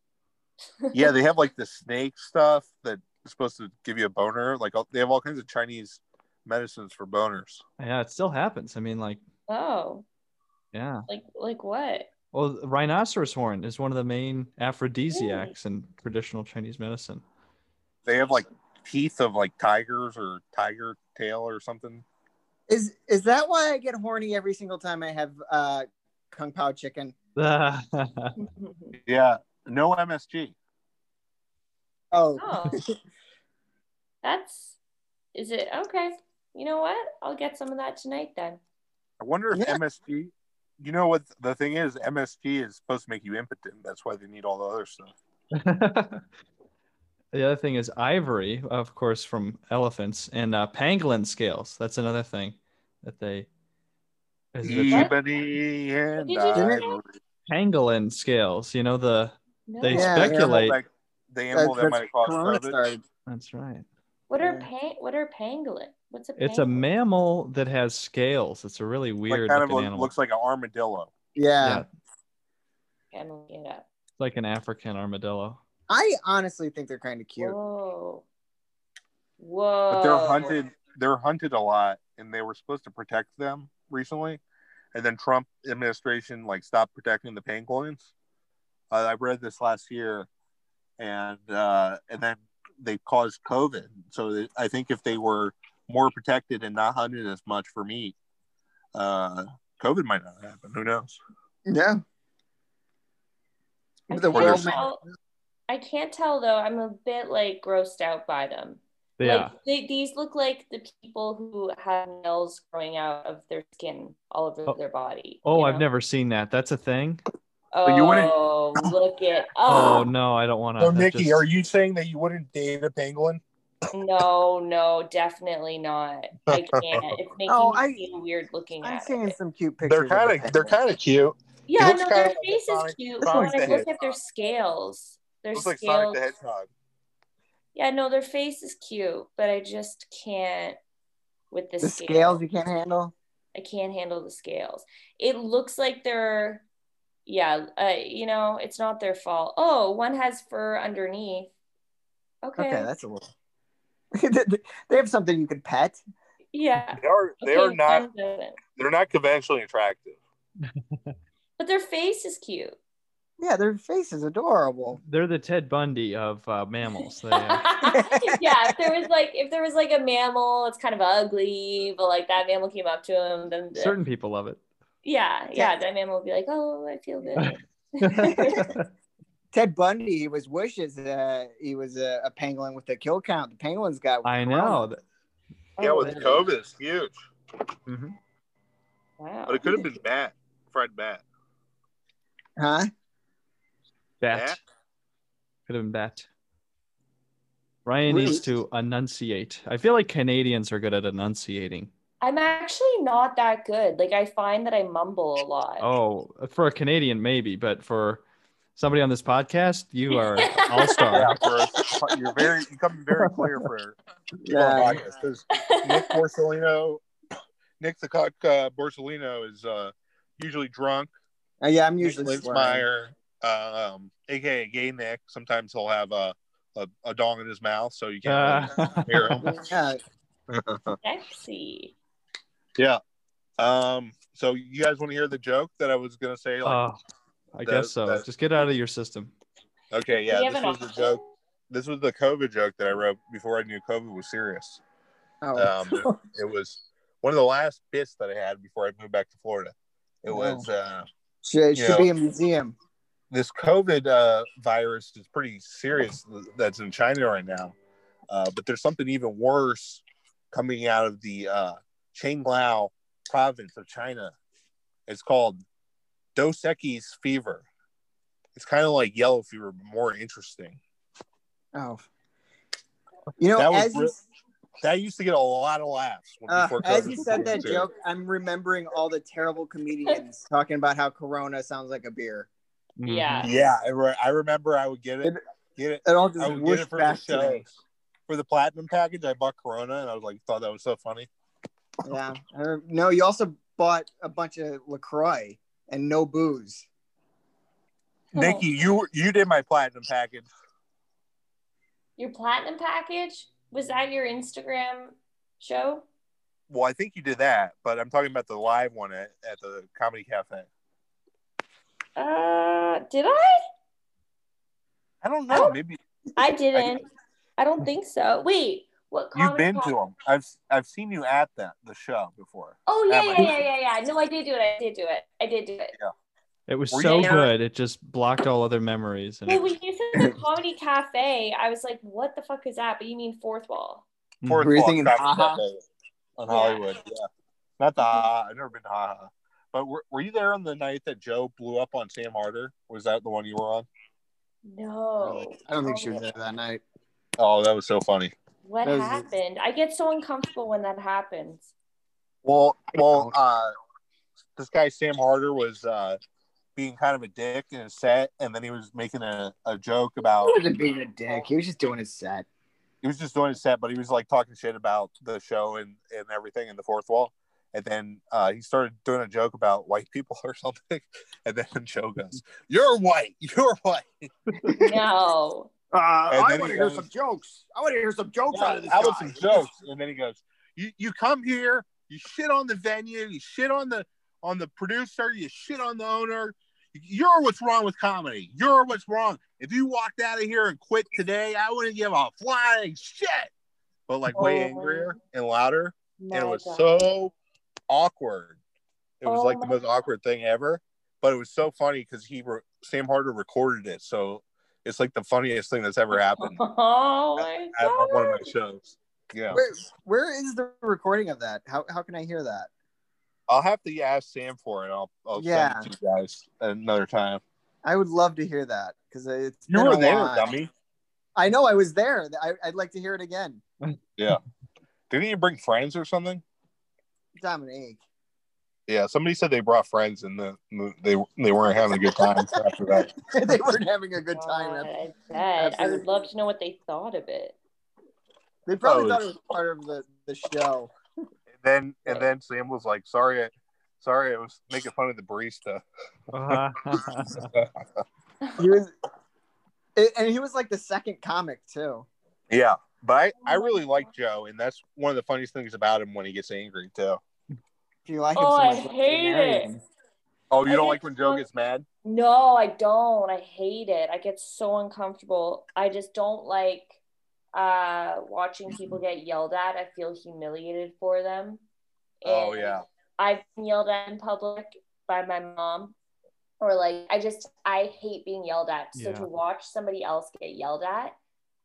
Yeah, they have like the snake stuff that's supposed to give you a boner. Like all- they have all kinds of Chinese medicines for boners.
Yeah, it still happens. I mean, like,
oh,
yeah.
like like what?
Well, the rhinoceros horn is one of the main aphrodisiacs in traditional Chinese medicine.
They have like teeth of like tigers or tiger tail or something.
Is is that why I get horny every single time I have uh kung pao chicken?
yeah,
Yeah, no MSG.
Oh,
oh, that's is it okay? You know what? I'll get some of that tonight then.
I wonder if
Yeah.
MSG. You know what the thing is? MSG is supposed to make you impotent. That's why they need all the other stuff.
the other thing is ivory, of course, from elephants and uh, pangolin scales. That's another thing that they. Is
Mm-hmm.
it
Ebony and
Did you just
ivory.
say-
pangolin scales? You know the.
No.
They
Yeah,
The
speculate.
animal
speculate.
that- The animal that
that's
might have caused
Corona
COVID.
started.
That's right.
What are pa- what are pangolin? What's a pangolin?
It's a mammal that has scales. It's a really
Like
weird
kind of
looking
lo-
animal.
looks like an armadillo.
Yeah.
yeah, it's
I'm looking it up.
like an African armadillo.
I honestly think they're kind of cute.
Whoa. Whoa.
but they're hunted they're hunted a lot and they were supposed to protect them recently and then trump administration like stopped protecting the pangolins uh, i read this last year and uh, and then they caused covid so they, i think if they were more protected and not hunted as much for meat uh, covid might not happen who knows
Yeah.
I
The
can't
world
may-
tell- I can't tell though. I'm a bit like grossed out by them.
Yeah.
Like, they, these look like the people who have nails growing out of their skin all over
Oh.
their body.
oh,
you
I've
know?
never seen that. That's a thing.
Oh,
you wouldn't-
look at.
Oh,
Oh,
no, I don't want to.
so nikki are you saying that you wouldn't date a pangolin
no, no, definitely not. I can't. It's making
Oh, I-
me feel weird looking
I'm
at
seeing
it.
some cute pictures.
they're kind of they're
penguin.
kind of cute
Yeah,
looks
no,
kinda
their
like
face is
Sonic- Sonic
cute. But when
the
I look at their
Hedgehog.
scales, their
looks like
scales.
sonic the hedgehog
yeah, no, their face is cute, but I just can't with the,
the
scale.
scales you can't handle.
I can't handle the scales. It looks like they're, yeah, uh, you know, it's not their fault. Oh, one has fur underneath. Okay.
Okay, that's a little. they have something you could pet.
yeah.
they are they are
Okay,
not
one doesn't.
they're not conventionally attractive.
But their face is cute.
Yeah, their face is adorable.
They're the Ted Bundy of uh, mammals. They are.
yeah, if there was like if there was like a mammal, it's kind of ugly, but like that mammal came up to him, then the-
Certain people love it.
yeah, yeah, that mammal would be like, oh, I feel good.
yeah,
Ted Bundy, he was wishes. Uh, he was a, a pangolin with a kill count. The penguins got.
I know.
Yeah, with
Oh,
COVID, it's huge,
Mhm.
Wow.
but it could have been bat, fried bat.
Huh?
Bat. Could have been bat. Ryan
Really?
needs to enunciate. I feel like Canadians are good at enunciating.
I'm actually not that good. Like I find that I mumble a lot.
Oh, for a Canadian, maybe, but for somebody on this podcast, you are all
Yeah,
star.
for you're very you come very clear for
Yeah.
because Nick Borsellino, Nick the cock uh, Borsellino is uh, usually drunk.
Uh, yeah, I'm
Nick
usually slurring.
Linsmeyer, uh, um, aka Gay Nick, sometimes he'll have a, a a dong in his mouth, so you can't
Uh,
really hear him.
Yeah.
Sexy.
Yeah. Um. So you guys want to hear the joke that I was gonna say? Like,
oh, I guess so.
that-
Just get out of your system.
okay,
Do
yeah,
you have
this
an
was a
option?
joke. this was the COVID joke that I wrote before I knew COVID was serious.
Oh.
Um, it was one of the last bits that I had before I moved back to Florida. It
Oh,
was uh,
should, it
you
should
know.
be a museum.
this COVID uh, virus is pretty serious that's in China right now, uh, but there's something even worse coming out of the uh, Qinglao province of China. It's called Dos Equis fever. It's kind of like yellow fever, but more interesting.
Oh. You know,
That was
as you,
real- That used to get a lot of laughs. when-
uh,
before
as
COVID
you
was
said
real
that
serious.
joke, I'm remembering all the terrible comedians talking about how Corona sounds like a beer.
Yeah.
Yeah, I, re- I remember I would get it, get it.
It all
I
just
would get it
whooshed
for the
back to
show.
me.
For the platinum package, I bought Corona, and I was like, thought that was so funny.
Yeah. Uh, No, you also bought a bunch of LaCroix and no booze.
Oh.
Nikki, you you did my platinum package.
Your platinum package was that your Instagram show?
Well, I think you did that, but I'm talking about the live one at, at the comedy cafe.
Uh, did I?
I don't
I
know.
don't-
Maybe
I didn't. I don't think so. Wait, what?
you've
comedy
been
pod-
to them. I've I've seen you at that the show before.
Oh yeah,
Am I?
yeah, yeah, yeah, yeah. No, I did do it. I did do it. I did do it.
Mm-hmm. It was
Were you
so
there?
good. It just blocked all other memories. And
Well, when you said the comedy cafe, I was like, "What the fuck is that?" But you mean fourth wall?
Fourth
Mm-hmm. Were you
Wall
thinking
Comedy
Ha Ha?
Cafe on
Yeah.
Hollywood. Yeah, not the Ha Ha. I've never been to Ha Ha. But were, were you there on the night that Joe blew up on Sam Harder? Was that the one you were on?
No.
I don't think she was there that night.
Oh, that was so funny.
What
That was-
happened? I get so uncomfortable when that happens.
Well, well,
don't.
uh, this guy Sam Harder was uh, being kind of a dick in a set, and then he was making a, a joke about
He wasn't being a dick. He was just doing his set.
he was just doing his set, but he was like talking shit about the show and, and everything in the fourth wall. And then uh, he started doing a joke about white people or something. And then Joe goes, You're white. You're white.
No.
Uh,
And I then wanna he hear goes- some
jokes. I want to hear some jokes
Yeah, How about some jokes? And then he goes, You you come here, you shit on the venue, you shit on the on the producer, you shit on the owner. You're what's wrong with comedy. You're what's wrong. If you walked out of here and quit today, I wouldn't give a flying shit. But like way
Oh.
angrier and louder. and it
My
was
God.
so awkward. It was
Oh
like the
my-
most awkward thing ever, but it was so funny because he re- Sam Harder recorded it, so it's like the funniest thing that's ever happened
Oh my
at one of my
God.
shows. Yeah,
Where, where is the recording of that? How, how can I hear that?
I'll have to ask Sam for it. I'll, I'll
Yeah.
send it to you guys another time.
I would love to hear that because it's
You
been
were
a
there,
while.
dummy.
I know I was there. I, I'd like to hear it again.
Didn't you bring friends or something?
Dominique.
Yeah, somebody said they brought friends and the, they they weren't having a good time after that.
they weren't having a good time. at-
God, I bet. I would
Absolutely.
love to know what they thought of it.
They probably
Oh,
thought it was part of the, the show.
And then and then Sam was like, "Sorry, I, sorry, I was making fun of the barista."
He was, it, and he was like the second comic too.
Yeah, but I, I really like Joe, and that's one of the funniest things about him when he gets angry too.
If you like
Oh, I
him so much, why did you
hate
marry
it.
him?
Oh, you
I
don't like
think
when Joe gets mad?
No, I don't. I hate it. I get so uncomfortable. I just don't like uh watching people
Mm-hmm.
get yelled at. I feel humiliated for them.
Oh
And
yeah,
I've been yelled at in public by my mom. Or like I just I hate being yelled at. So
Yeah.
to watch somebody else get yelled at,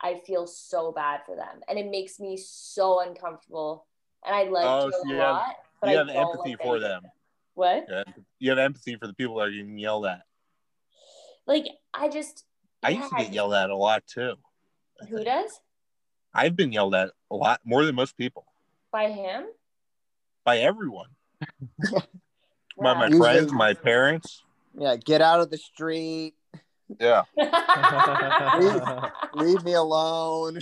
I feel so bad for them. And it makes me so uncomfortable. And I like
Oh,
it
so
a
you have-
lot. but
you
I
have
don't
empathy
like
for
that.
them.
What?
Yeah. You have empathy for the people that are getting yelled at.
Like I just
I used to
yeah,
get yelled at a lot too.
Who does?
I've been yelled at a lot more than most people
By him?
by everyone,
Wow.
by my
Usually-
friends, my parents.
Yeah, get out of the street.
Yeah,
Leave me alone.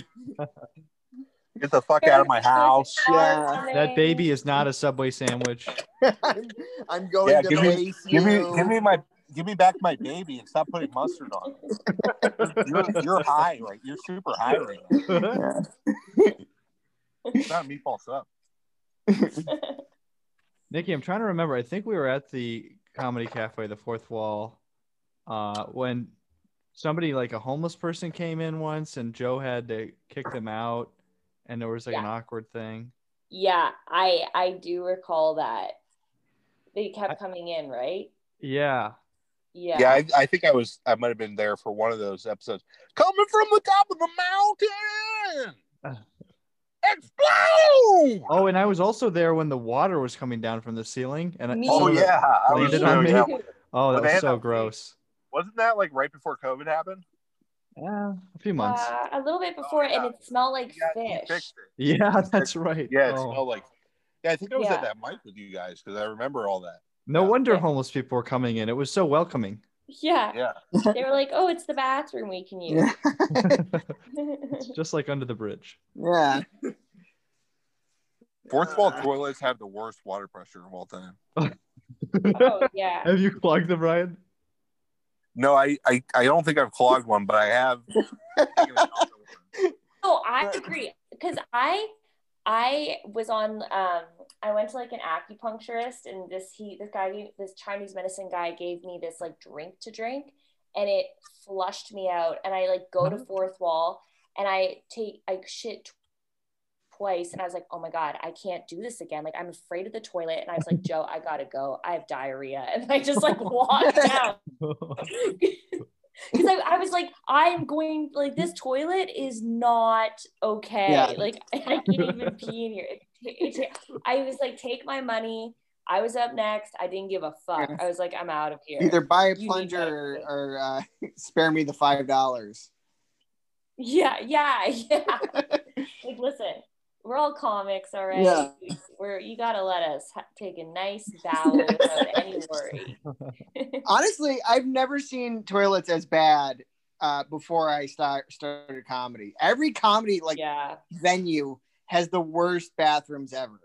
get the fuck out of my house.
Yeah.
that baby is not a Subway sandwich.
I'm, I'm going
Yeah,
to
give me-
place
Give me,
you.
give me my, give me back my baby, and stop putting mustard on. it. You're, you're high, right? You're super high right now. It's not meatball sub.
Nikki, I'm trying to remember. I think we were at the comedy cafe, the fourth wall, uh, when somebody like a homeless person came in once and Joe had to kick them out and there was like an
Yeah.
awkward thing.
Yeah, I I do recall that. They kept
I-
coming in, right?
Yeah.
Yeah.
Yeah, I, I think I was. I might have been there for one of those episodes. Coming from the top of the mountain, explode!
Oh, and I was also there when the water was coming down from the ceiling and
Me
some
Oh
of the-
yeah, I was
landed
there,
on me.
yeah.
Oh,
But
that
they
was
had
so
that-
gross.
Wasn't that like right before COVID happened?
Yeah, a few months.
Uh, a little bit before,
yeah.
and it smelled like
Yeah, you
fish.
fixed it.
yeah, that's right.
Yeah, it
Oh.
smelled like. Yeah, I think I was
Yeah.
at that mic with you guys because I remember all that.
No
Yeah.
wonder homeless people were coming in. It was so welcoming.
Yeah.
Yeah,
They were like, "Oh, it's the bathroom we can use."
Yeah.
Just like under the bridge.
Yeah.
fourth wall toilets have the worst water pressure of all time.
oh yeah.
Have you clogged them, Ryan?
No, I I, I don't think I've clogged one, but I have.
No, I agree because I I was on um I went to like an acupuncturist and this he this guy gave- this Chinese medicine guy gave me this like drink to drink and it flushed me out and I like go to fourth wall and I take I shit twice and I was like oh my god I can't do this again like I'm afraid of the toilet and I was like Joe I gotta go I have diarrhea and I just like walked out because I, I was like, I'm going like this toilet is not okay.
Yeah.
Like I can't even pee in here. It, it, it- I was like, take my money. I was up next. I didn't give a fuck. I was like, I'm out of here.
Either buy a
You need
plunger or,
medicine.
or uh, spare me the five dollars.
Yeah, yeah, yeah. like, listen, we're all comics, all right.
Yeah.
We're you gotta let us ha- take a nice bow without any worry.
Honestly, I've never seen toilets as bad uh, before I start, started comedy. Every comedy like
yeah,
venue has the worst bathrooms ever.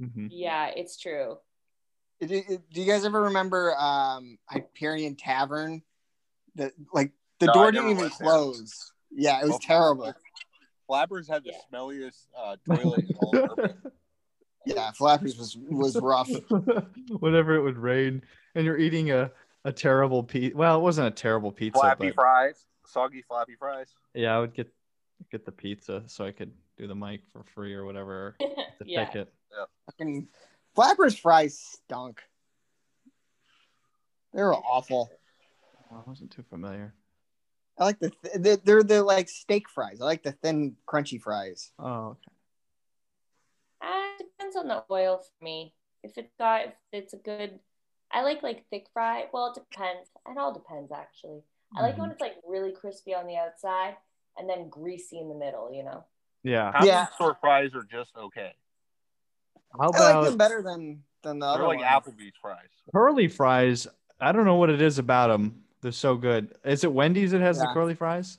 Mhm.
yeah, it's true.
It- it- it- do you guys ever remember um, Hyperion Tavern? The like the
No, I
door
never
didn't even
went there.
close. Yeah, it was
Oh.
terrible.
Flappers have the
Yeah.
smelliest uh, toilet in all of urban.
Yeah, Flappers was was rough.
Whenever it would rain and you're eating a, a terrible pizza. Well, it wasn't a terrible pizza,
Flappy
but
fries, soggy flappy fries.
yeah, I would get get the pizza so I could do the mic for free or whatever. or The
Yeah.
ticket.
Fucking Flappers fries stunk. They were awful.
Well, Oh, I wasn't too familiar.
I like the th- they- they're the like steak fries. I like the thin crunchy fries.
Oh, okay.
Uh, depends on the oil for me. If it's got, if it's a good, I like like thick fry. Well, it depends. It all depends actually. I like it
Mm-hmm.
when it's like really crispy on the outside and then greasy in the middle. You know.
Yeah.
Comedy
Yeah.
store fries are just okay.
How
I like
about
them better than than the
They're
other
like
one.
Applebee's fries.
curly fries? I don't know what it is about them. They're so good. Is it Wendy's that has the
Yeah.
curly fries?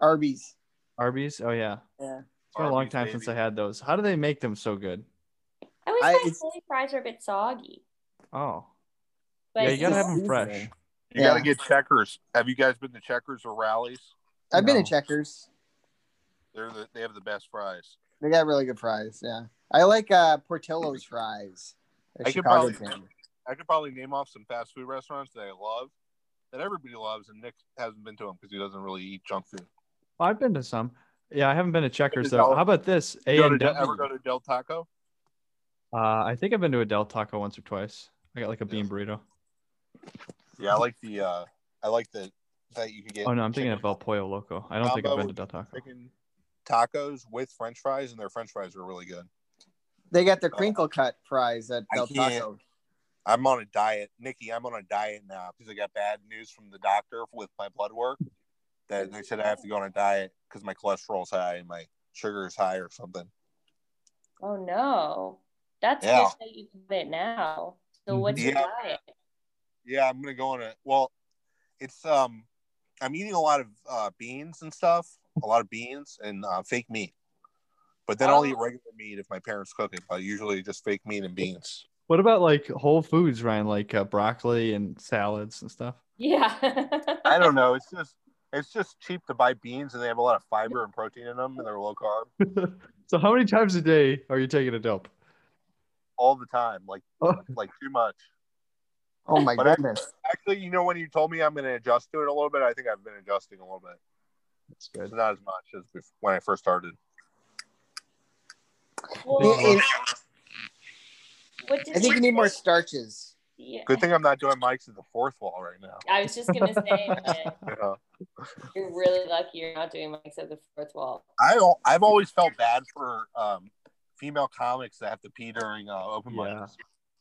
Arby's.
Arby's? Oh, yeah.
Yeah.
It's been a long
Arby's,
time
baby.
since I had those. How do they make them so good?
I always
I-
find
it's-
curly fries are a bit soggy.
Oh,
But
yeah, you gotta
know,
have them fresh.
You
Yeah.
gotta get checkers. Have you guys been to checkers or rallies?
I've been
No.
in Checkers.
They're the, they have the best fries.
They got really good fries. Yeah, I like uh, Portillo's fries.
I
A
could
Chicago
probably-
chain.
I could probably name off some fast food restaurants that I love, that everybody loves, and Nick hasn't been to them because he doesn't really eat junk food.
Well, I've been to some. Yeah, I haven't been to Checkers though.
Del-
How about this? A
You go
and
to,
W.
ever go to Del Taco?
uh, I think I've been to a Del Taco once or twice. I got like a bean burrito.
Yeah, I like the uh, I like the that you could get.
Oh no, I'm thinking of
chicken-
El Pollo Loco. I don't think I've
Combo
been to
with
Del Taco.
chicken tacos with French fries, and their French fries are really good.
They got the crinkle cut fries at
I
Del
can't-
Taco.
I'm on a diet, Nikki. I'm on a diet now because I got bad news from the doctor with my blood work that they said I have to go on a diet because my cholesterol's high and my sugar's high or something.
Oh no, that's
Yeah.
good that you can it now.
Mm-hmm.
So what's your
Yeah.
diet?
Yeah, I'm gonna go on a well. It's um, I'm eating a lot of uh, beans and stuff, a lot of beans and uh, fake meat. But then I'll eat
Oh.
regular meat if my parents cook it. But usually just fake meat and beans.
What about like whole foods, Ryan? Like uh, broccoli and salads and stuff.
Yeah.
I don't know. It's just it's just cheap to buy beans and they have a lot of fiber and protein in them and they're low carb
so how many times a day are you taking a dope?
all the time. Like
Oh.
like too much.
Oh my
But I-
goodness!
Actually, you know, when you told me I'm going to adjust to it a little bit, I think I've been adjusting a little bit.
That's
It's
good.
not as much as bef- when I first started.
Well, what did
I think you need more starches.
Yeah.
Good thing I'm not doing mics at the fourth wall right now.
I was just gonna say that
You know?
you're really lucky you're not doing mics at the fourth wall.
I don't, I've always felt bad for um, female comics that have to pee during uh, open
Yeah.
mics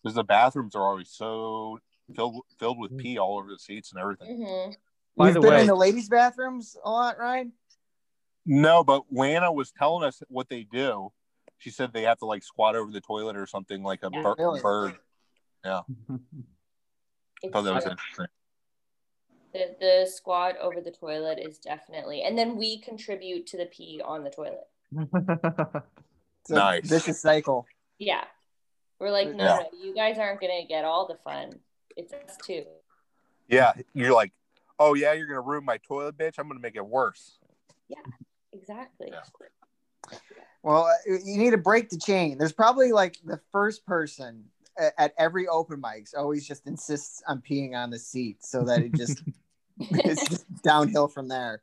because the bathrooms are always so filled filled with pee all over the seats and everything.
hmm
By
You've
the
been
way-
in the ladies' bathrooms a lot, Ryan.
No, but Lana was telling us what they do. She said they have to like squat over the toilet or something like a
Yeah,
bir-
really.
bird. I thought that was interesting.
the, the squad over the toilet is definitely, and then we contribute to the pee on the toilet.
It's a
Nice.
vicious cycle.
Yeah, we're like, no,
Yeah.
no, you guys aren't gonna get all the fun. It's us too.
Yeah, you're like, oh yeah, you're gonna ruin my toilet, bitch. I'm gonna make it worse.
Exactly.
Yeah.
Well, uh, you need to break the chain. There's probably like the first person a- at every open mics always just insists on peeing on the seat so that it just it's just downhill from there.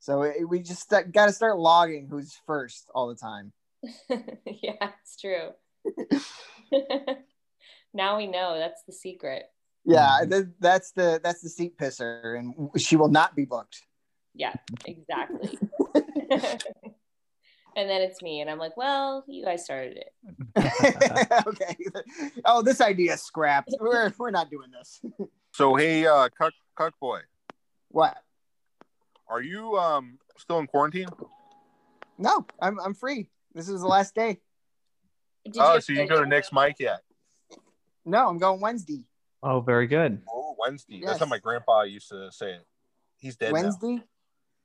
So it, we just got to start logging who's first all the time.
yeah, it's true. now we know that's the secret.
Yeah, th- that's the that's the seat pisser, and she will not be booked.
Yeah, exactly. and then it's me, and I'm like, well, you guys started it.
okay. Oh, this idea is scrapped. We're we're not doing this.
So hey, uh, cuck, cuck boy,
What?
are you um still in quarantine?
No, I'm I'm free. This is the last day.
Did
oh, so you didn't go to next mic yet?
No, I'm going Wednesday.
oh, very good.
Oh, Wednesday.
Yes.
That's how my grandpa used to say it. He's dead now.
Wednesday.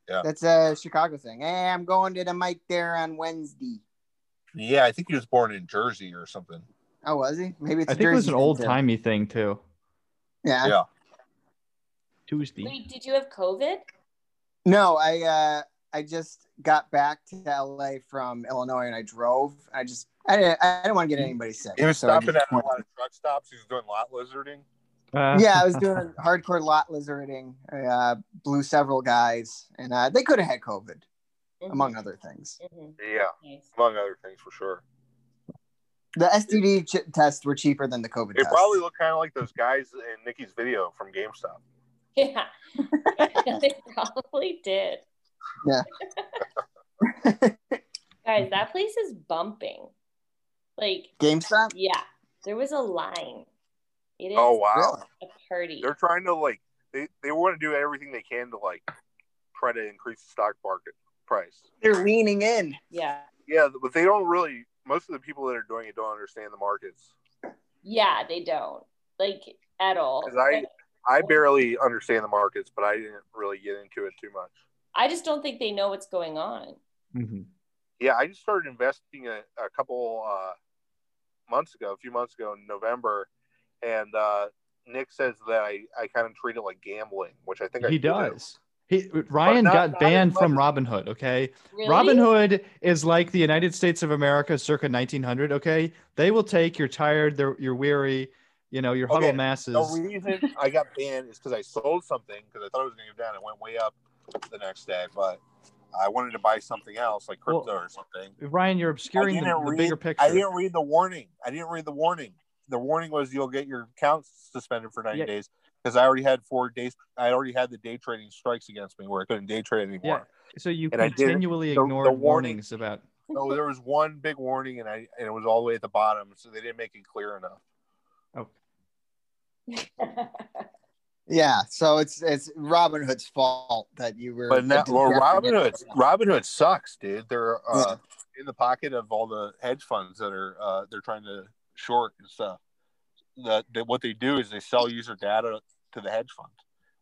Yeah.
That's a Chicago thing. Hey, I'm going to the mic there on Wednesday.
Yeah, I think he was born in Jersey or something.
Oh, was he? Maybe it's
I
a
think it was
Jersey
an
thing,
old
too.
timey thing too.
Yeah.
Yeah.
Tuesday.
Wait, did you have COVID?
No, I uh, I just got back to LA from Illinois and I drove. I just I didn't I didn't want to get anybody sick.
He was
so I
stopping
just
at a
went-
lot of truck stops. He was doing lot lizarding.
Uh,
yeah, I was doing hardcore lot lizarding. I uh, blew several guys, and uh, they could have had COVID, among other things.
Mhm.
Yeah,
Nice.
among other things for sure.
The STD ch- tests were cheaper than the COVID
It
tests.
probably looked kind of like those guys in Nikki's video from GameStop.
Yeah, they probably did.
Yeah.
Guys, that place is bumping. Like,
GameStop.
yeah, there was a line. It is
Oh wow,
Really?
a party.
they're trying to like they, they want to do everything they can to like try to increase the stock market price.
They're leaning in.
Yeah.
Yeah, but they don't really. Most of the people that are doing it don't understand the markets.
Yeah, they don't. Like, at all.
'Cause I- I barely understand the markets, but I didn't really get into it too much.
I just don't think they know what's going on.
Mhm.
Yeah, I just started investing a, a couple uh, months ago, a few months ago in November, and uh, Nick says that I, I kind of treat it like gambling, which I think I
He
do.
does. He Ryan
not-
got
not as
banned from
much-
Robin Hood. Okay,
Really?
Robin Hood is like the United States of America circa 1900. Okay, they will take your tired, their- your weary, you know, your huddled
Okay,
masses.
The reason I got banned is because I sold something because I thought it was going to go down. It went way up the next day, but I wanted to buy something else like
Well,
crypto or something.
Ryan, you're obscuring the,
didn't
the
read-
bigger picture.
I didn't read the warning. I didn't read the warning. The warning was you'll get your account suspended for 90
Yeah.
days because I already had four days. I already had the day trading strikes against me where I couldn't day trade anymore.
so you
and I did-
continually
the- the
ignore
warning-
warnings about.
So Oh, there was one big warning and I and it was all the way at the bottom, so they didn't make it clear enough.
Yeah, so it's it's Robin Hood's fault that you were.
But now,
that
well,
Jeff-
Robin Hood, Robin Hood sucks, dude. They're uh, in the pocket of all the hedge funds that are uh, they're trying to short and stuff. That, that what they do is they sell user data to the hedge fund,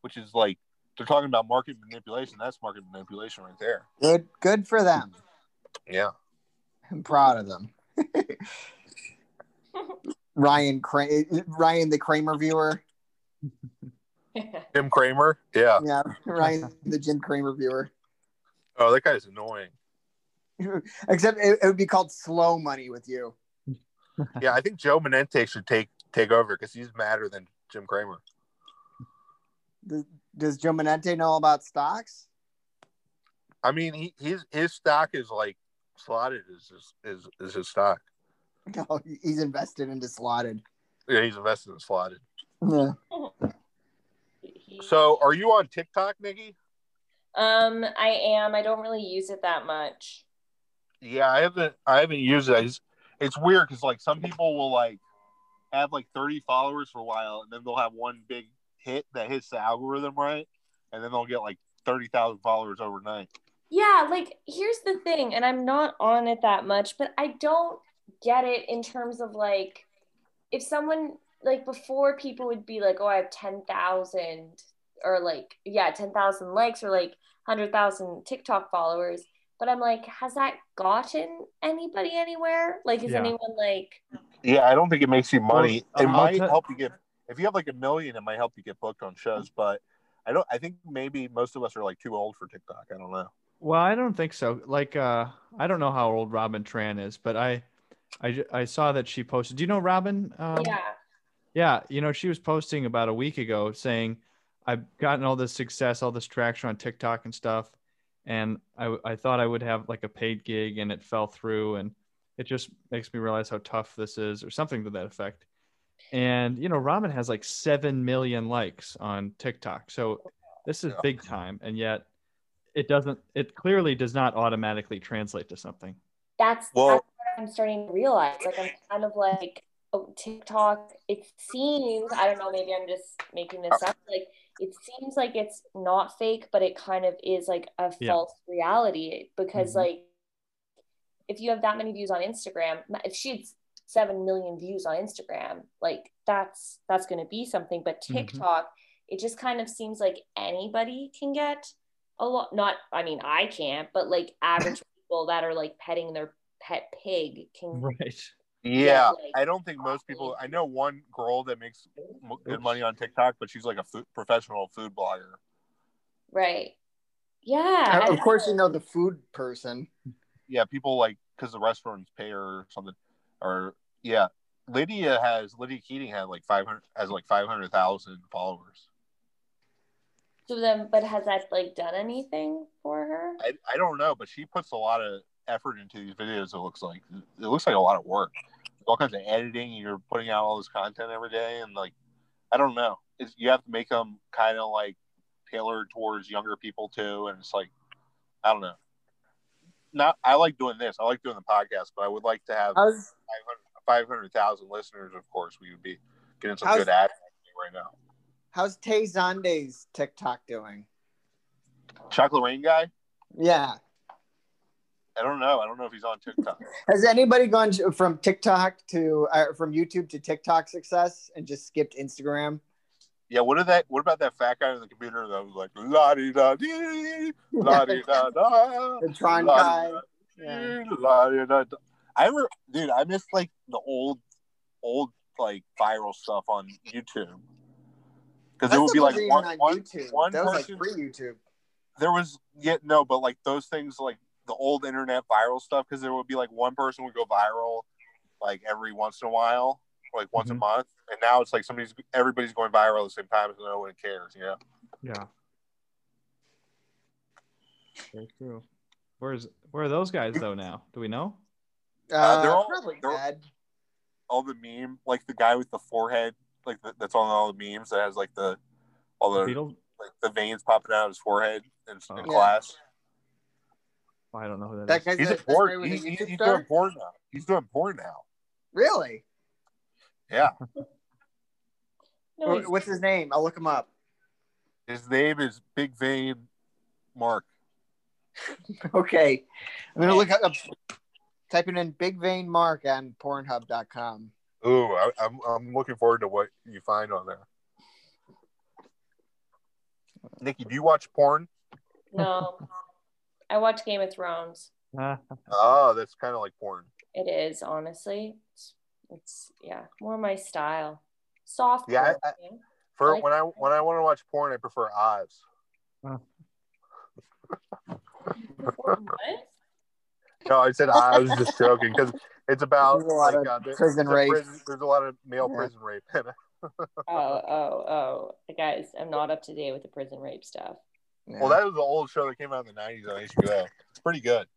which is like they're talking about market manipulation. That's market manipulation right there.
Good, good for them.
Yeah,
I'm proud of them. Ryan, Cra- Ryan the Kramer viewer.
Jim Kramer. Yeah.
Yeah, Ryan the Jim Kramer viewer.
Oh, that guy's annoying.
Except it, it would be called slow money with you.
Yeah, I think Joe Manente should take take over because he's madder than Jim Kramer.
Th- Does Joe Manente know about stocks?
I mean, he, his his stock is like slotted is his is, is his stock.
No, he's invested into slotted.
Yeah, he's invested in slotted.
Yeah.
He-
So, are you on TikTok, Nikki?
um, I am. I don't really use it that much.
Yeah, I haven't. I haven't used it. I just, it's weird because like some people will like have like thirty followers for a while, and then they'll have one big hit that hits the algorithm right, and then they'll get like thirty thousand followers overnight.
Yeah, like here's the thing, and I'm not on it that much, but I don't get it in terms of like if someone like before people would be like, oh, I have 10,000 or like, yeah, 10,000 likes or like 100,000 TikTok followers. But I'm like, has that gotten anybody anywhere? Like, is
Yeah.
anyone like,
Yeah, I don't think it makes you money.
Well,
it
I'll
might
tell-
help you get if you have like a million, it might help you get booked on shows, but. I don't. I think maybe most of us are like too old for TikTok. I don't know.
Well, I don't think so. Like, uh, I don't know how old Robin Tran is, but I, I, ju- I saw that she posted. Do you know Robin? Um,
yeah,
yeah, You know, she was posting about a week ago saying, "I've gotten all this success, all this traction on TikTok and stuff, and I, I thought I would have like a paid gig, and it fell through, and it just makes me realize how tough this is, or something to that effect." And you know, Robin has like seven million likes on TikTok, so this is
Yeah.
big time, and yet it doesn't it clearly does not automatically translate to something
that's,
Well-
that's what I'm starting to realize. Like, I'm kind of like, oh, TikTok, it seems, I don't know, maybe I'm just making this up. Like, it seems like it's not fake, but it kind of is like a
Yeah.
false reality because,
Mhm.
like, if you have that many views on Instagram, if she's seven million views on Instagram, like that's that's going to be something. But
Mhm.
TikTok, it just kind of seems like anybody can get a lot. Not, I mean, I can't, but like average people that are like petting their pet pig can.
right
Yeah,
like,
I don't think most people. I know one girl that makes m- good money on TikTok, but she's like a food, professional food blogger.
Right. Yeah.
of course, you know the food person.
Yeah, people like because the restaurants pay her or something. Or yeah, Lydia has Lydia Keating had like five hundred has like five hundred thousand followers.
So then, but has that like done anything for her?
I, I don't know, but she puts a lot of effort into these videos. It looks like it looks like a lot of work. All kinds of editing. You're putting out all this content every day, and like I don't know. It's, you have to make them kind of like tailored towards younger people too, and it's like I don't know. Not I like doing this. I like doing the podcast, but I would like to have
I was
500,000 listeners. Of course, we would be getting some
How's-
good ad right now.
How's Tay Zonde's TikTok doing?
Chocolate Rain guy.
Yeah.
I don't know. I don't know if he's on TikTok.
Has anybody gone to- from TikTok to uh, from YouTube to TikTok success and just skipped Instagram?
Yeah, what did that? What about that fat guy on the computer that was like la di da dee, la di da da,
The Tron guy.
la Mm.
Yeah.
di da da. I remember, dude. I miss like the old, old like viral stuff on YouTube because it
That
would be
stuff
like
wasn't even
one, one,
YouTube.
one
that was like
person-
free YouTube.
there was yeah no, but like those things like the old internet viral stuff because there would be like one person would go viral like every once in a while, like once
Mhm.
a month, and now it's like somebody's everybody's going viral at the same time, so no one cares. You know.
yeah very true where's where are those guys though now do we know
Uh,
Uh, they're all-
probably
they're all-
bad.
all the meme, like the guy with the forehead, like the, that's on all the memes that has like the all the
Beetle?
like the veins popping out of his forehead in,
Oh.
in
Yeah.
class.
Oh, i don't know who that
That
is.
guy's
He's
a,
a
that guy
porn.
was a
He's, he's,
YouTube
he's
star?
doing porn now. He's doing porn now.
Really?
Yeah,
No,
Wh- What's his name? I'll look him up.
his name is Big Vein Mark.
Okay, I'm gonna look up. Typing in Big Vein Mark on Pornhub.com.
Ooh, I, I'm I'm looking forward to what you find on there. Nikki, do you watch porn?
no. I watch Game of Thrones.
Ah,
Oh, that's kind of like porn.
It is honestly, it's, it's yeah, more my style. Soft.
Yeah,
girl
I- I-
thing.
For
Like-
when I when I want to watch porn, I prefer Oz.
What?
No, I said I was just joking because it's about
There's a lot
like,
of
uh, there-
prison
it's a
rape.
prison- there's a lot of male
Yeah.
prison rape in it.
Oh, oh, oh. Guys, I'm not up to date with the prison rape stuff.
Yeah.
Well, that was the old show that came out in the 90s on HBO. It's pretty good.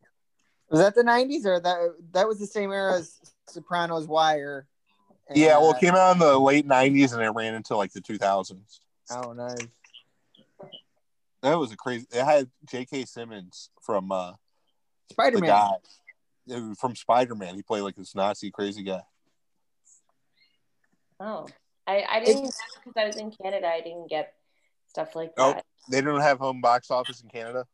was that the '90s or that that was the same era as Sopranos, Wire. and,
Yeah, well,
uh,
it came out in the late 90s and it ran into like the 2000s.
Oh no!
That was a crazy. It had J.K. Simmons from uh, the
Spider-Man.
guy who- from Spider Man. He played like this Nazi crazy guy.
Oh, I, I didn't because I was in Canada. I didn't get stuff like
Oh.
that.
They don't have home box office in Canada.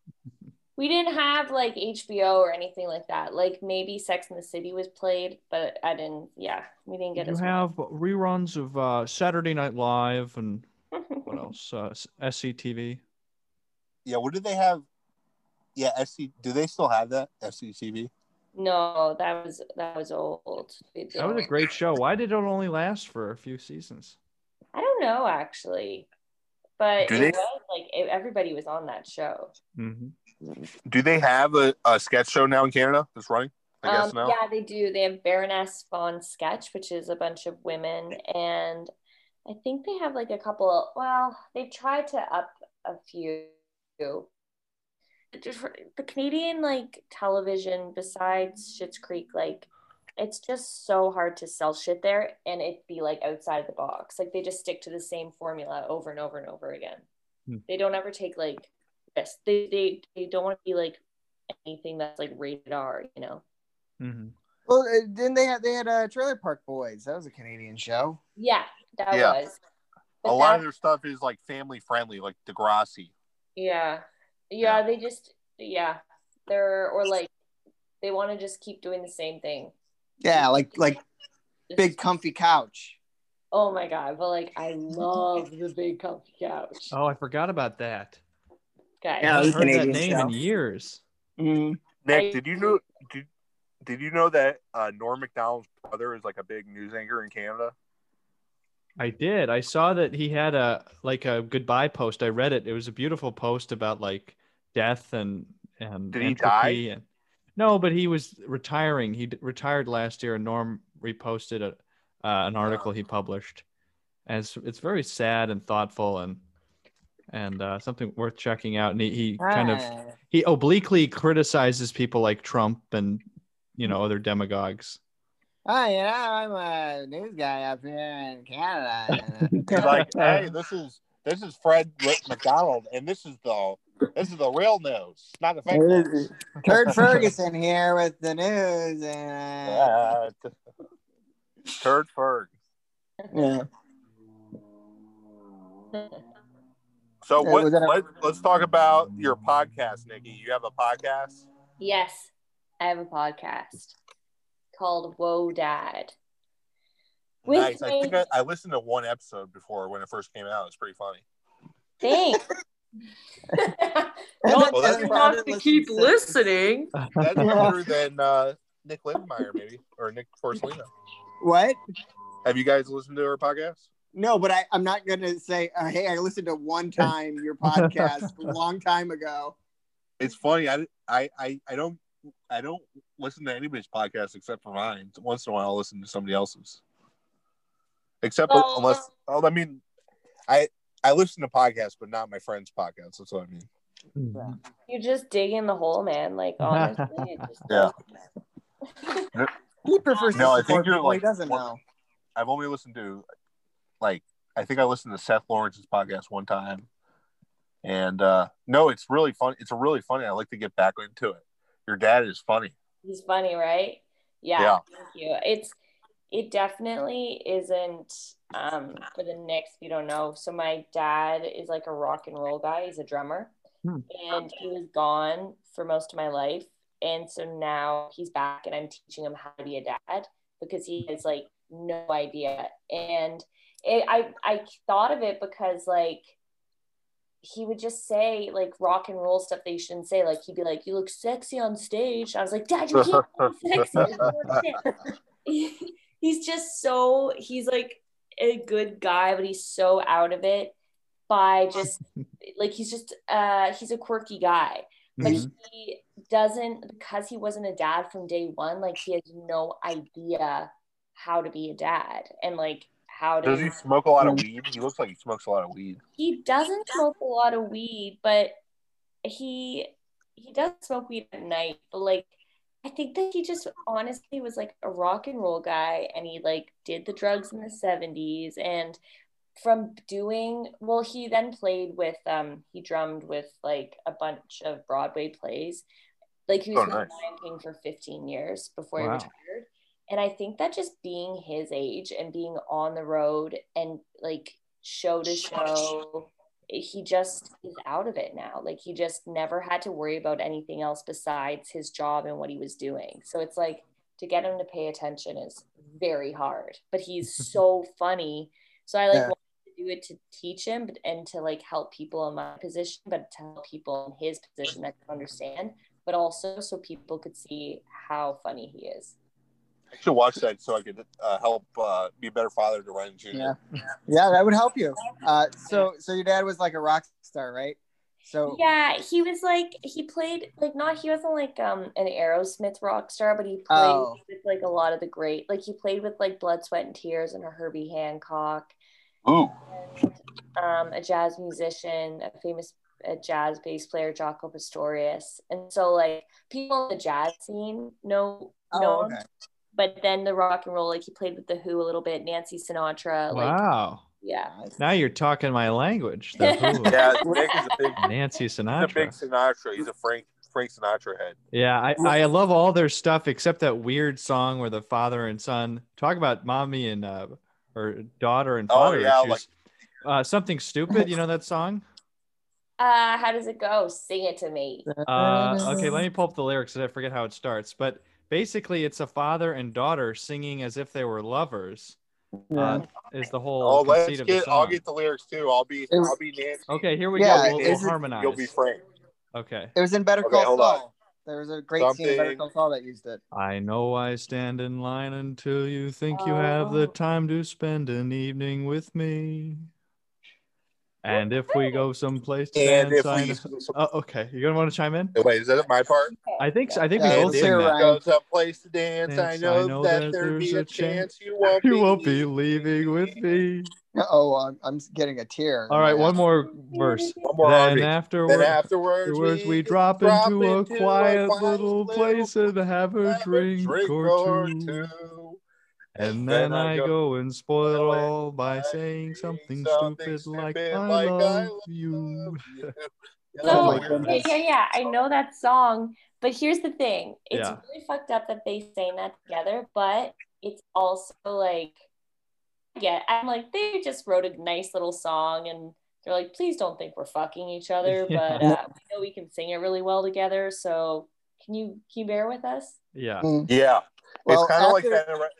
We didn't have like HBO or anything like that. Like maybe Sex in the City was played, but I didn't. Yeah, we didn't get
You
as
have reruns of uh, Saturday Night Live and what
much.
else? Uh, SCTV.
Yeah, what did they have? Yeah, SC. Do they still have that SCTV?
no, that was that was old. We
That was a
didn't-
great show. Why did it only last for a few seasons?
I don't know actually, but
Do
it
they-
was like it, everybody was on that show.
Mhm.
Do they have a, a sketch show now in Canada that's running? I guess
um,
now.
Yeah, they do. They have Baroness Von Sketch, which is a bunch of women, and I think they have like a couple. Well, they've tried to up a few. But just for- The Canadian like television, besides Schitt's Creek, like it's just so hard to sell shit there, and it be like outside the box. Like they just stick to the same formula over and over and over again.
Hmm.
They don't ever take like risks. They they they don't want to be like anything that's like rated R. You know.
Mhm.
Well, uh, then they had they had uh, Trailer Park Boys. That was a Canadian show.
Yeah, that
Yeah.
was.
A
But
lot
that-
of their stuff is like family friendly, like Degrassi.
yeah. yeah, They just yeah, they're or like they want to just keep doing the same thing.
Yeah, like like
This
big
is-
comfy couch.
Oh my god! But like I love the big comfy couch,
Oh, I forgot about that.
guys.
Yeah,
I
it
haven't
was a
heard that
Canadian
name
show.
in years.
Mm.
Nick, did you know? Did, did you know that uh, Norm Macdonald's brother is like a big news anchor in Canada?
I did. I saw that he had a like a goodbye post. I read it. It was a beautiful post about like death and and
Did he
entropy and- no, but he was retiring. He d- retired last year, and Norm reposted a, uh, an article he published, and it's, it's very sad and thoughtful and and uh, something worth checking out. And he, he kind of
Ah.
he obliquely criticizes people like Trump and you know other demagogues.
Oh, you know, I'm a news guy up here in Canada. uh,
He's like, hey, this is this is Fred McDonald, and this is the this is the real news, not the fake news.
Kurt Ferguson here with the news. And, uh,
Uh, Turd Ferg.
yeah.
So
Yeah,
what,
was that a-
let, let's talk about your podcast, Nikki. You have a podcast.
Yes, I have a podcast called Whoa Dad. With
nice. I
my-
think I, I listened to one episode before when it first came out. It's pretty funny.
Thanks.
Well,
Not
that's
that you
why I
have
didn't
to
listen
keep
to-
listening.
That's
Yeah.
better than uh, Nick Lindmeyer, maybe, or Nick Forcelino.
What?
Have you guys listened to her podcast?
No, but I, I'm not going to say, uh, hey, I listened to one time your podcast a long time ago.
It's funny. I, I, I, I don't. I don't listen to anybody's podcast except for mine. Once in a while, I'll listen to somebody else's. Except
Well-
unless, oh, I mean, I I listen to podcasts, but not my friends' podcasts. That's what I mean.
You just dig in the hole, man. Like honestly, it just
Yeah.
He prefers
No, I
to
think
support
you're,
people he
like,
doesn't
one-
know.
I've only listened to like I think I listened to Seth Lawrence's podcast one time. And uh no, it's really fun. It's really funny. I like to get back into it. Your dad is funny.
He's funny, right? Yeah,
Yeah.
Thank you. It's it definitely isn't um for the Knicks if you don't know. So my dad is like a rock and roll guy. He's a drummer.
Hmm.
And he was gone for most of my life. And so now he's back and I'm teaching him how to be a dad because he has like no idea. And it, I I thought of it because like he would just say like rock and roll stuff they shouldn't say. Like he'd be like, "You look sexy on stage." I was like, "Dad, you can't look sexy." he's just so he's like a good guy, but he's so out of it by just like he's just uh he's a quirky guy. But
Mhm.
he doesn't because he wasn't a dad from day one. Like he has no idea how to be a dad and like how
Does he
to.
smoke a lot of weed? He looks like he smokes a lot of weed.
He doesn't smoke a lot of weed, but he he does smoke weed at night. But like, I think that he just honestly was like a rock and roll guy, and he like did the drugs in the seventies, and from doing well, he then played with um he drummed with like a bunch of Broadway plays. Like he was
Oh,
with
nice.
Lion King for 15 years before he
Wow.
retired. And I think that just being his age and being on the road and like show to show, he just is out of it now. Like he just never had to worry about anything else besides his job and what he was doing. So it's like to get him to pay attention is very hard, but he's so funny. So I like
Yeah.
wanted to do it to teach him but, and to like help people in my position, but to help people in his position that can understand, but also so people could see how funny he is.
I should watch that so I could uh, help uh, be a better father to Ryan Jr.
Yeah. Yeah, that would help you. Uh, so, so your dad was like a rock star, right? So,
Yeah, he was like he played like not he wasn't like um an Aerosmith rock star, but he played
Oh.
with like a lot of the great like he played with like Blood, Sweat and Tears and a Herbie Hancock,
Ooh,
um, a jazz musician, a famous a jazz bass player, Jaco Pastorius. And so like people in the jazz scene know know
oh,
him.
okay.
But then the rock and roll, like he played with the Who a little bit, Nancy Sinatra, uh, like
Wow.
yeah.
Now you're talking my language. The Who.
yeah, Nick is a big,
Nancy
he's a big
Sinatra.
Sinatra. He's a Frank Frank Sinatra head.
Yeah, I, I love all their stuff except that weird song where the father and son talk about mommy and uh, or daughter and
Oh,
father
yeah,
issues. uh, something stupid. You know that song?
Uh how does it go? Sing it to me.
Uh, okay, let me pull up the lyrics because I forget how it starts. But basically, it's a father and daughter singing as if they were lovers. Uh, is the whole
Oh, let's
conceit of the
get. I'll
song.
get the lyrics too. I'll be.
It's-
I'll be Nancy.
Okay, here we
Yeah,
go. We'll,
it's-
we'll harmonize.
You'll be Frank.
okay.
It was in Better
Okay,
Call
hold on.
Saul. There was a great scene in Better
Something-
Call Saul that used it.
I know I stand in line until you think you have the
Oh.
time to spend an evening with me. And if we go someplace to
And
dance,
if
I
we.
know- oh, okay. You're gonna want to chime in?
Wait, is that my part?
I think so- I think we
Yeah,
both
it's
sing
your
that.
right.
Go someplace to dance. I, know that, there'd be
there's
a
a chance
chance you won't.
You won't be leaving with me.
Oh, I'm, I'm getting a tear.
All right, one more verse.
One more
Then
RV.
afterward,
Then afterwards,
afterwards we drop, into, a quiet little place and have a
have a
drink,
drink
or two. And then, I go and spoil it
spoil it
all by
by
saying
saying
something,
something
stupid, like,
stupid
I,
like I
love
love
you.
two.
Oh
So
my
yeah,
goodness.
yeah, yeah. I know that song, but here's the thing: it's
Yeah.
really fucked up that they sang that together. But it's also like, yeah, I'm like they just wrote a nice little song, and they're like, please don't think we're fucking each other, but
Yeah.
uh, we know we can sing it really well together. So can you can you bear with us?
Yeah.
Mm.
Yeah,
Well,
it's kind of like
after-
that.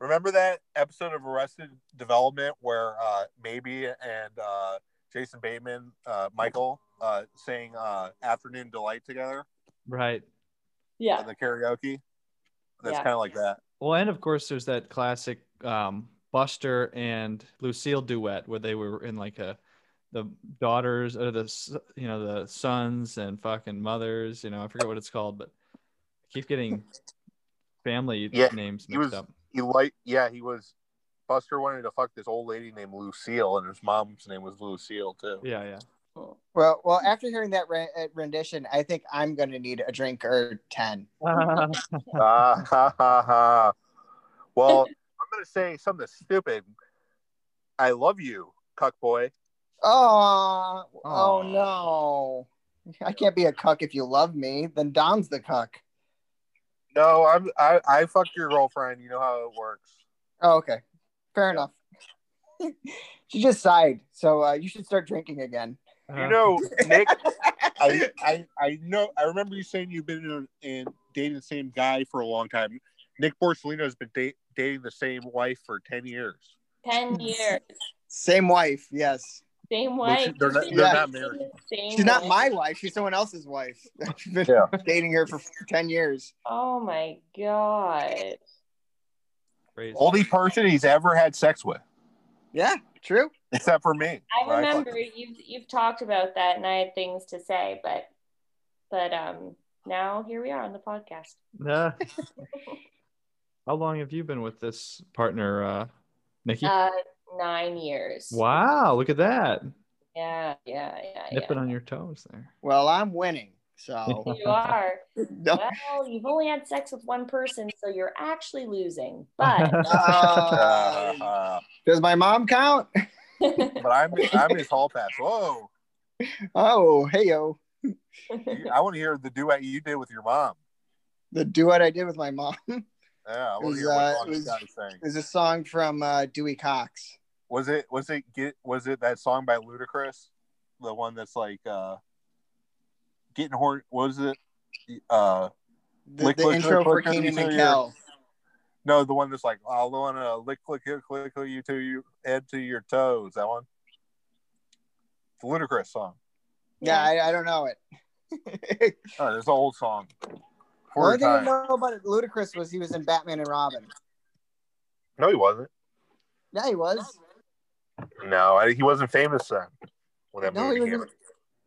Remember that episode of Arrested Development where uh, maybe and uh, Jason Bateman, uh, Michael, uh, sang uh, "Afternoon Delight" together
Right.
Yeah,
in the karaoke. That's
Yeah.
kind of like that.
Well, and of course, there's that classic um, Buster and Lucille duet where they were in like a the daughters or the s- you know the sons and fucking mothers. You know, I forget what it's called, but I keep getting family
Yeah,
names
he
mixed
was-
up.
He like, yeah, he was. Buster wanted to fuck this old lady named Lucille, and his mom's name was Lucille too.
Yeah, yeah.
Well, well, after hearing that re- uh, rendition, I think I'm gonna need a drink or ten.
Ah, ha, ha, ha. Well, I'm gonna say something stupid. I love you, cuck boy.
Oh,
Aw.
oh no! I can't be a cuck if you love me. Then Dom's the cuck.
No, I'm I, I fucked your girlfriend. You know how it works.
Oh, okay, fair enough. she just sighed, so uh, you should start drinking again.
Uh,
You know, Nick. I, I I know. I remember you saying you've been in, in dating the same guy for a long time. Nick Borsellino has been da- dating the same wife for ten years.
ten years,
Same wife, yes.
same
But she-
way.
they're not-
they're Yeah.
not married.
Same
She's not
way.
my wife. She's someone else's wife. I've been
Yeah.
dating her for ten years.
Oh my god.
crazy.
Only person he's ever had sex with,
Yeah, true.
except for me.
I
When fucked
remember you've you've talked about that, and I had things to say, but but um now here we are on the podcast.
Nah. how long have you been with this partner, uh, Nikki?
Uh, nine years.
Wow, look at that.
Yeah, yeah, yeah. yeah.
Nipping on your toes there.
Well, I'm winning. So
You are.
no.
Well, you've only had sex with one person, so you're actually losing. But
Uh,
Uh,
does my mom count?
but I'm I'm his hall pass. Whoa!
Oh, hey yo.
You- I want to hear the duet you did with your mom.
The duet I did with my mom
Yeah, I want
Was,
to hear what
uh,
song
was-
Scott is saying.
is a song from uh, Dewey Cox.
Was it was it get was it that song by Ludacris? The one that's like uh getting horn what was it? Uh
The,
Lick,
the
lick,
intro
lick,
for
lick, lick,
Keenan
lick,
and
lick,
Kel.
no, the one that's like I wanna lick lick lick lick lick you to you head to your toes. That one. The Ludacris song.
Yeah, I, I don't know it.
Oh, there's an old song.
the only
Horror
thing I
time.
know about Ludacris was he was in Batman and Robin.
No, he wasn't.
Yeah, he was.
No, I, he wasn't famous then. When that
No,
movie
he
came
was.
out.
In,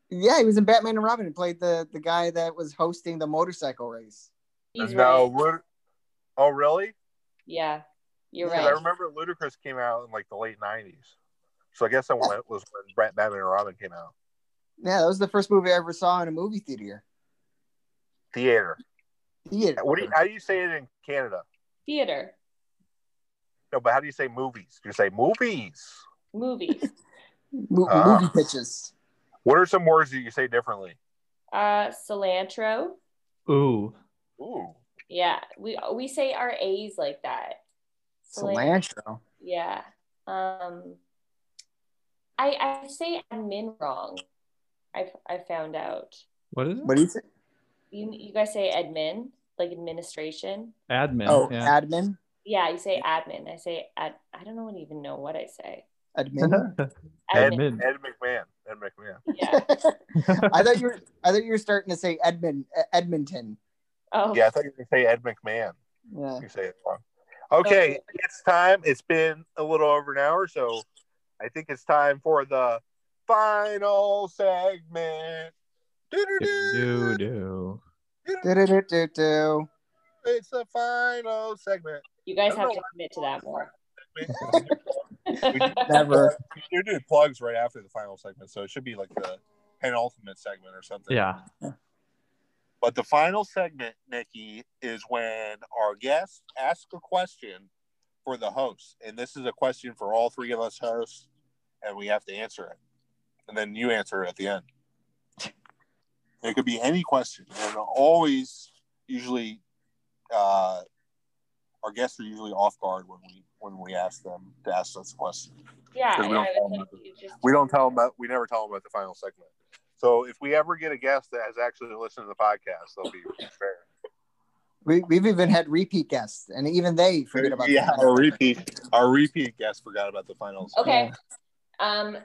yeah, he was in Batman and Robin and played the the guy that was hosting the motorcycle race.
he's
no,
right.
Lud- oh really?
Yeah, you're
Yeah.
Because I
right.
remember Ludacris came out in like the late '90s, so I guess that one was when Brad Batman and Robin came out.
Yeah, that was the first movie I ever saw in a movie theater.
Theater.
Theater.
What do you, how do you say it in Canada?
Theater,
No, but how do you say movies? You say movies.
movies.
Mo-
Ah.
movie pitches.
What are some words that you say differently?
Uh, cilantro.
Ooh.
Ooh,
Yeah, we we say our A's like that.
Cilantro.
Yeah. Um, I I say admin wrong. I I found out.
What is it?
What do you say?
You you guys say admin like administration.
Admin.
Oh,
yeah.
admin.
Yeah, you say admin. I say ad. I don't know- even know what I say.
Admin.
Admin.
Ed McMahon. Ed McMahon.
Yeah.
I thought you were. I thought you were starting to say Edmund. Edmonton.
Oh.
Yeah, I thought you were gonna say Ed McMahon.
Yeah.
You say it wrong. Okay, it's time. It's been a little over an hour, so I think it's time for the final segment.
Do, do, do.
Do-do-do-do-do.
It's the final segment.
You guys
I don't
have
know
to commit to that more.
Never.
You're doing plugs right after the final segment, so it should be like the penultimate segment or something.
Yeah.
But the final segment, Nikki, is when our guests ask a question for the host. And this is a question for all three of us hosts, and we have to answer it. And then you answer it at the end. It could be any question. And always, usually, uh, our guests are usually off guard when we when we ask them to ask us a question.
yeah.
Because we
and I
don't
would
have
think you just-
We don't tell them about we never tell them about the final segment. So if we ever get a guest that has actually listened to the podcast, they'll be prepared.
We, we've even had repeat guests, and even they forget about
yeah,
that.
our repeat, our repeat guest forgot about the finals.
Okay. Um,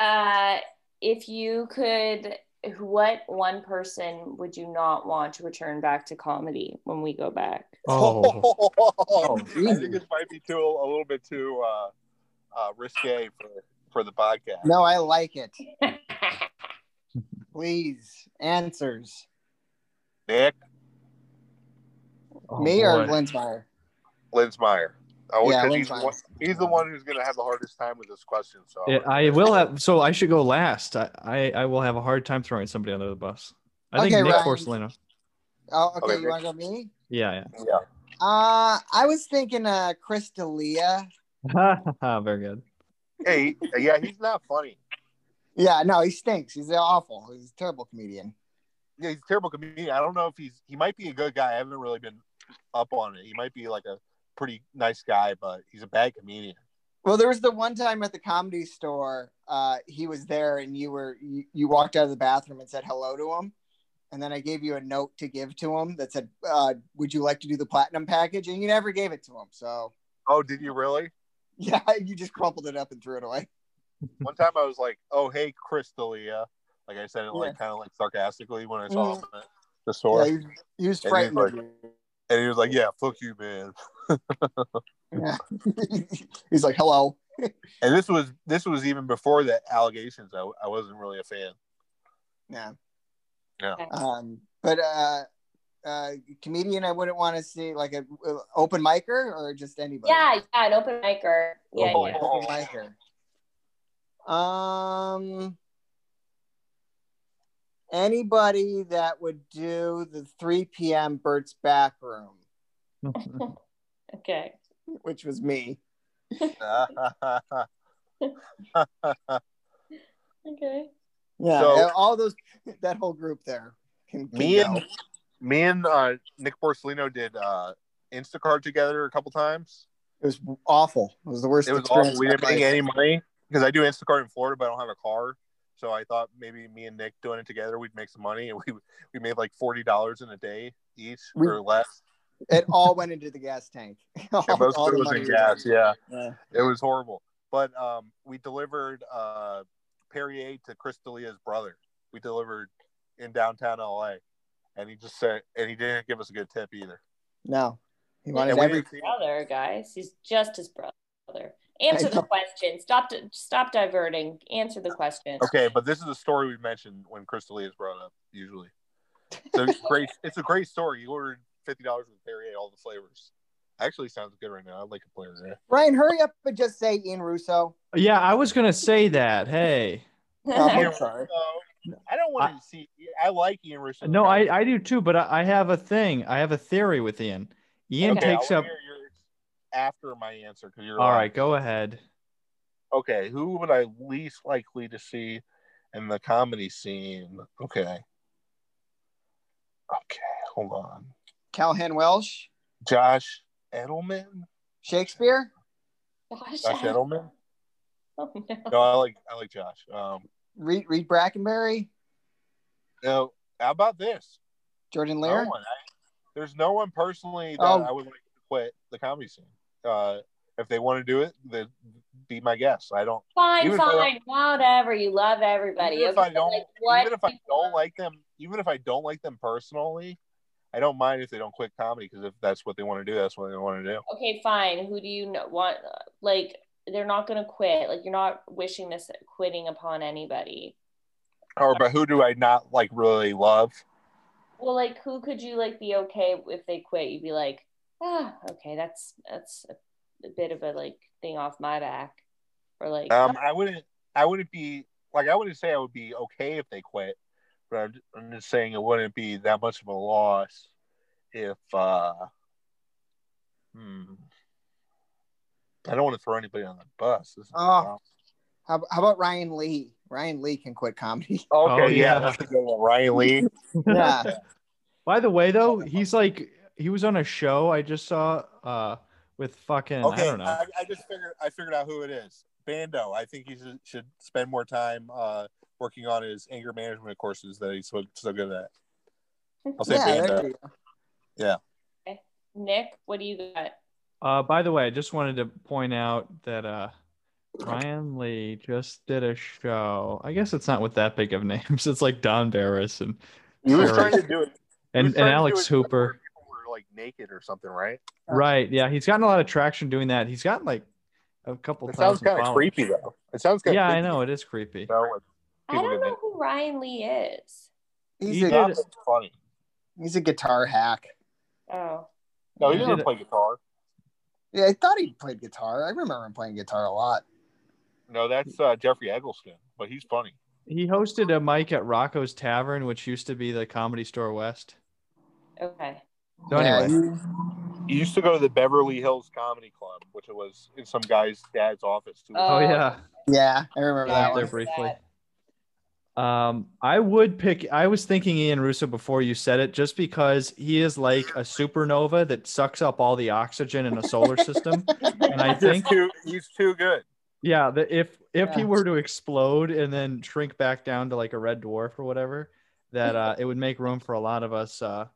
uh, if you could, what one person would you not want to return back to comedy when we go back?
Oh.
I think this might be too a little bit too uh, uh, risque for for the podcast.
No, I like it. Please, answers.
Nick
oh,
Me or
boy.
Linsmeyer?
Linsmeyer. Oh,
Yeah,
'cause he's, the
Linsmeyer.
one, he's the one who's going to have the hardest time with this question. So
Yeah, I will have. So I should go last. I, I, I will have a hard time throwing somebody under the bus. I think
Okay,
Nick
Ryan.
Porcelino.
Oh, okay.
Okay,
you want to go me?
Yeah,
Uh, I was thinking uh, Chris D'Elia.
yeah. Very good.
Hey, yeah, he's not funny.
Yeah, no, he stinks. He's awful. He's a terrible comedian.
Yeah, he's a terrible comedian. I don't know if he's he might be a good guy. I haven't really been up on it. He might be like a pretty nice guy, but he's a bad comedian.
Well, there was the one time at the comedy store, uh, he was there, and you were you, you walked out of the bathroom and said hello to him, and then I gave you a note to give to him that said, uh, "Would you like to do the platinum package?" And you never gave it to him. So
Oh, did you really?
yeah, you just crumpled it up and threw it away.
one time I was like, "Oh, hey, Crystalia," like I said it like kind of like sarcastically when I saw him at the store,
Yeah, he, he was
And Mm. he was
frightened.
like-
of you.
and he was like, "Yeah, fuck you, man."
Yeah. He's like, "Hello."
And this was this was even before the allegations. I, I wasn't really a fan.
Yeah.
Yeah.
Um, but um, uh, uh, comedian I wouldn't want to see, like an open micer or just anybody?
Yeah, yeah, an open micer. Yeah,
Oh,
yeah.
Open micer. Um, anybody that would do the 3 p.m. Bert's back room,
Okay.
which was me.
Okay.
Yeah,
So-
all those that whole group there. Can, can
me
go.
and me and uh, Nick Porcelino did uh, Instacart together a couple times.
it was awful. It was the worst
It was
experience.
awful. We
of
didn't
my
make
life.
any money because I do Instacart in Florida, but I don't have a car. So I thought maybe me and Nick doing it together, we'd make some money, and we we made like forty dollars in a day each
We-
or less.
It all went into the gas tank. All,
And most
all
of
the
it was
money
in
we
gas.
made.
Yeah,
Yeah.
it was horrible. But um, we delivered uh, Perrier to Chris D'Elia's brother. We delivered in downtown LA, and he just said, and he didn't give us a good tip either.
No, he
Yeah,
wanted
And we
every.
didn't see him.
Brother, guys. He's just his brother. Answer
I
the question. Stop stop diverting. Answer the question.
Okay, but this is a story we mentioned when Crystal Lee is brought up usually. So it's great. It's a great story. You ordered fifty dollars with Perrier, all the flavors. Actually, sounds good right now. I'd like a Perrier.
Ryan, hurry up and just say Ian Russo.
yeah, I was gonna say that. Hey,
Oh,
Yeah.
I'm sorry.
So, I don't want to see. I like Ian Russo.
no, I, I do too, but I, I have a thing. I have a theory with Ian. Ian
Okay,
takes
I
up.
wanna hear yours after my answer because you're
All
like-
right, go ahead.
Okay, who would I least likely to see in the comedy scene? Okay. Okay, hold on.
Calhoun Welsh,
Josh Edelman.
Shakespeare.
Gosh,
Josh
I-
Edelman.
Oh, no.
No, I like I like Josh. Um,
Reed, Reed Brackenberry,
Now, how about this?
Jordan
No
Lear.
one. I, there's no one personally that
Oh.
I would like to quit the comedy scene. Uh, if they want to do it, then be my guest. I don't.
Fine,
Even if I
fine, whatever. You love everybody.
Even if
Okay,
I don't,
like, what
even if I
people-
don't like them, even if I don't like them personally, I don't mind if they don't quit comedy because if that's what they want to do, that's what they want to do.
okay, fine. Who do you know, want? Like, they're not gonna quit. Like, you're not wishing this quitting upon anybody.
Or, but who do I not like really love?
Well, like, who could you like be okay if they quit? You'd be like, ah, okay, that's that's a, a bit of a like thing off my back, or like,
Um, I wouldn't. I wouldn't be like I wouldn't say I would be okay if they quit, but I'm, I'm just saying it wouldn't be that much of a loss if. uh hmm, I don't want to throw anybody on the bus. This is a
Oh,
problem.
How, how about Ryan Lee? Ryan Lee can quit comedy.
okay,
Oh,
yeah,
yeah.
that's a good one. Ryan Lee.
yeah,
By the way, though, he's like he was on a show I just saw uh with fucking
Okay,
I don't know.
I, I just figured I figured out who it is. Bando. I think he should, should spend more time uh, working on his anger management courses that he's so, so good at. I'll say
yeah.
Bando.
There you go.
Nick, what do you got?
Uh, by the way, I just wanted to point out that uh, Ryan Lee just did a show. I guess it's not with that big of names. It's like Don Barris and
He was
Sure.
trying to do it. He
and, and
was trying to do
Alex
it where
Hooper.
People were like naked or something, right?
Right? Yeah, he's gotten a lot of traction doing that. He's gotten like a couple.
It sounds
thousand
kind of
followers.
creepy though. It sounds kind
Yeah,
of
I know it is creepy.
I don't know who Ryan Lee is.
He's
He
a
did-
funny.
he's a guitar hack.
Oh,
No, he
He
doesn't
did-
play guitar.
Yeah, I thought he played guitar. I remember him playing guitar a lot.
No, that's uh, Jeffrey Eggleston, but he's funny.
He hosted a mic at Rocco's Tavern, which used to be the Comedy Store West.
okay.
So
Yeah,
anyway,
he-
He used to go to the Beverly Hills Comedy Club, which it was in some guy's dad's office too.
Oh,
oh yeah,
yeah, I remember
Yeah,
that
there
one.
briefly. Um, I would pick. I was thinking Ian Russo before you said it, just because he is like a supernova that sucks up all the oxygen in a solar system. and I
He's just
think,
too, he's too good.
yeah, that if if he
Yeah.
were to explode and then shrink back down to like a red dwarf or whatever, that uh, it would make room for a lot of us uh,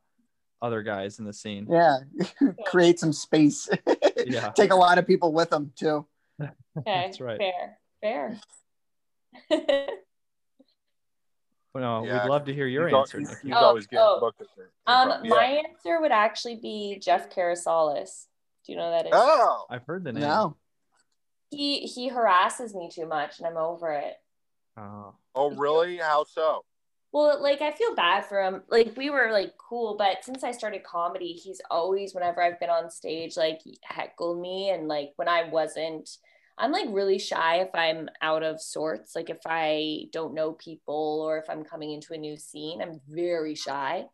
other guys in the scene.
Yeah, create some space.
Yeah.
Take a lot of people with them too.
Okay,
That's right.
Fair, fair.
But no,
Yeah.
we'd love to hear your
he's al-
answer.
he's,
Nick.
he's
Oh,
always getting
oh.
booked. at the-
Um,
yeah.
my answer would actually be Jeff Carasalis. Do you know who that is?
oh,
I've heard the name.
No,
He he harasses me too much, and I'm over it.
Oh.
oh, really? How so?
Well, like I feel bad for him. Like we were like cool, but since I started comedy, he's always whenever I've been on stage, like heckled me, and like when I wasn't, I'm like really shy if I'm out of sorts. Like if I don't know people or if I'm coming into a new scene, I'm very shy.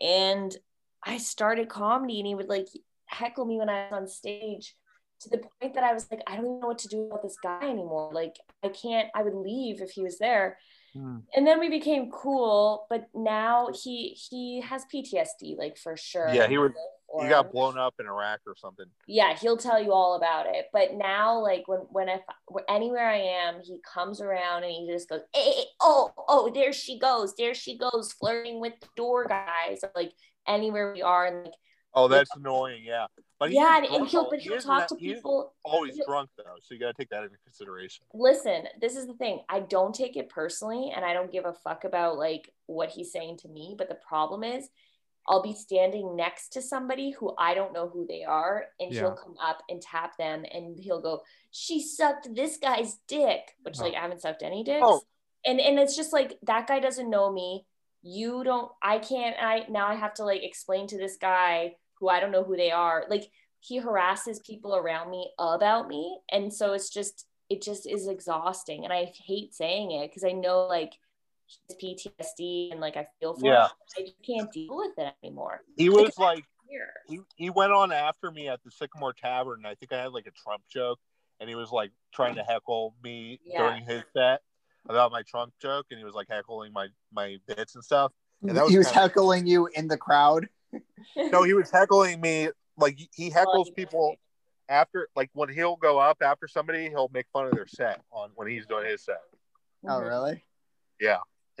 And I started comedy, and he would like heckle me when I was on stage to the point that I was like, I don't even know what to do about this guy anymore. Like, I can't, I would leave if he was there.
Hmm.
And then we became cool, but now he he has PTSD, like for sure.
Yeah, he would-
Or-
He got blown up in Iraq or something.
yeah, he'll tell you all about it. But now, like when when if when- anywhere I am, he comes around and he just goes, "Eh, eh, eh, "Oh, oh, there she goes, there she goes, flirting with the door guys." Like anywhere we are, and like
Oh, that's annoying. Yeah, but he is
yeah, and, and
drunk,
he'll
though.
but
He
he'll
is
talk
not-
to
he is
people.
Always
he'll-
drunk though, so you got to take that into consideration.
listen, this is the thing. I don't take it personally and I don't give a fuck about like what he's saying to me. But the problem is, I'll be standing next to somebody who I don't know who they are and
Yeah.
he'll come up and tap them and he'll go, She sucked this guy's dick, which
Oh.
like I haven't sucked any dicks.
Oh.
And and it's just like that guy doesn't know me. You don't I can't I now I have to like explain to this guy who I don't know who they are. Like he harasses people around me about me and so it's just it just is exhausting and i hate saying it because i know like it's ptsd and like i feel for
Yeah.
him. i just can't deal with it anymore
He was like,
here
he, he went on after me at the Sycamore Tavern. and I think I had like a Trump joke, and he was like trying to heckle me
Yeah.
during his set about my Trump joke, and he was like heckling my my bits and stuff. And that was
he was
kinda-
heckling you in the crowd.
No, he was heckling me like he heckles
Well,
people after like when he'll go up after somebody, he'll make fun of their set on when he's doing his set.
Oh,
mhm.
Mm-hmm.
really?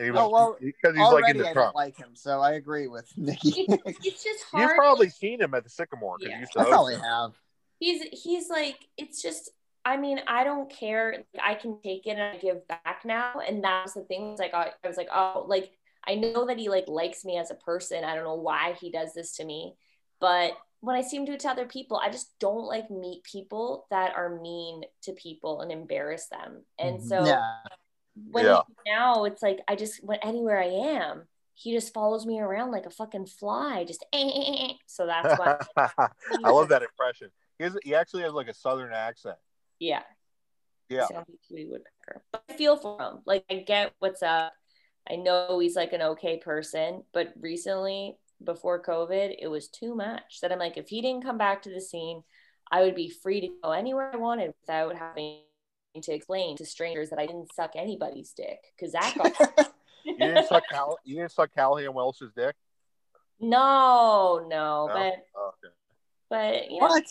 And he was,
Oh, well,
because he's like
Already,
into
I
Trump.
don't like him, so I agree with Nikki.
It's- it's just
You've
hard
probably seen him at the Sycamore because
Yeah.
you used to
I
host
probably
him.
have.
he's he's like it's just i mean i don't care Like, i can take it and i give back now and that was the thing was like i I was like oh like i know that he like likes me as a person i don't know why he does this to me but when i see him do it to other people i just don't like meet people that are mean to people and embarrass them and
Mhm.
so
yeah.
when
Yeah.
now it's like I just when anywhere I am, he just follows me around like a fucking fly. Just eh, eh, eh, eh. so that's why
I love that impression. He, has, he actually has like a southern accent.
Yeah.
Yeah.
Sounds like Lee Woodpecker. But I feel for him. Like I get what's up. I know he's like an okay person, but recently before COVID, it was too much that I'm like, if he didn't come back to the scene, I would be free to go anywhere I wanted without having to explain to strangers that I didn't suck anybody's dick. Cause that got
You didn't suck Cal. You didn't suck Callahan Welsh's dick.
no, no,
No?
but
Oh, okay.
but you know,
What?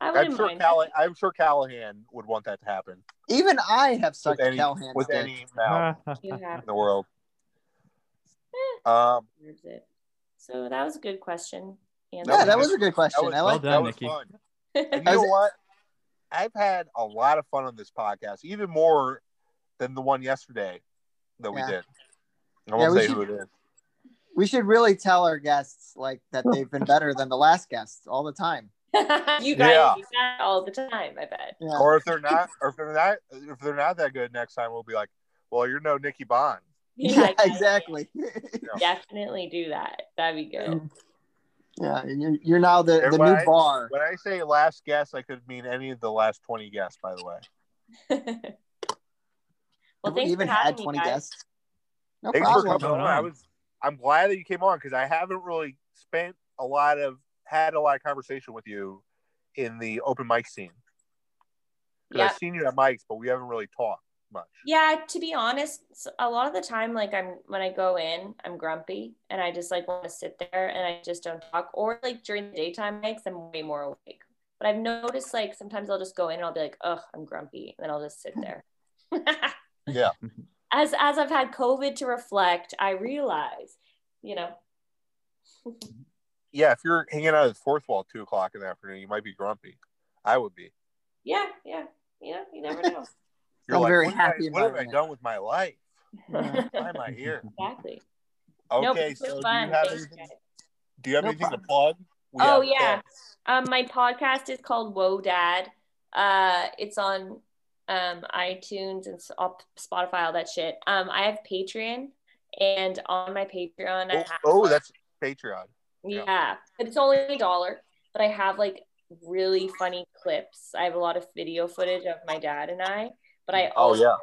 I wouldn't
I'm sure
mind.
Call- I'm sure Callahan would want that to happen
Even I have
with
sucked
any
Callahan's
with
dick.
any
Uh,
mouth
you have
in the world.
Eh.
Um,
deserves it. So that was a good question. And
Yeah, that
was-
was a good
that
question.
was,
I
Well
like
done,
that was
Nikki.
fun. And you know what? I've had a lot of fun on this podcast, even more than the one yesterday that we
Yeah.
did. I won't
we
say
should-
who it is.
We should really tell our guests like that they've been better than the last guest all the time.
you guys
Yeah.
do that all the time, I bet.
Yeah.
Or if they're not, or if they're not, if they're not that good next time, we'll be like, "Well, you're no Nikki Bond."
Yeah,
guys
exactly.
Definitely do that. That'd be good.
yeah, and you're, you're now the, the
Everyone,
new
I-
bar.
When I say last guest, I could mean any of the last twenty guests. By the way,
well,
Have we
thanks
even
for having
had
me,
20
guys.
guests. No
thanks for
problem.
coming on. I was, I'm glad that you came on because I haven't really spent a lot of had a lot of conversation with you in the open mic scene. 'Cause
Yeah.
I've seen you at mics, but we haven't really talked much.
Yeah, to be honest, s- a lot of the time, like I'm when I go in, I'm grumpy and I just like want to sit there and I just don't talk. Or like during the daytime makes I'm way more awake. But I've noticed like sometimes I'll just go in and I'll be like, ugh, I'm grumpy, and then I'll just sit there.
Yeah.
As as I've had COVID to reflect, I realize, you know,
Yeah, if you're hanging out at the fourth wall at two o'clock in the afternoon, you might be grumpy. I would be.
yeah, yeah, you know, you never know.
You're
I'm
like,
very
what, have I-
happy
what have I
environment.
done with my life?
Yeah.
Why am I here?
exactly. No, but
Okay,
it's
so do
fun.
you have
Thanks,
anything,
guys.
do you have
No
anything to plug? We
Oh,
have-
yeah. Um, my podcast is called Whoa Dad. Uh, it's on um, iTunes and s- op- Spotify, all that shit. Um, I have Patreon, And on my Patreon, I
Oh,
have
oh, that's Patreon.
yeah.
Yeah.
But it's only a dollar, but I have like really funny clips. I have a lot of video footage of my dad and I, but I
Oh,
also
yeah.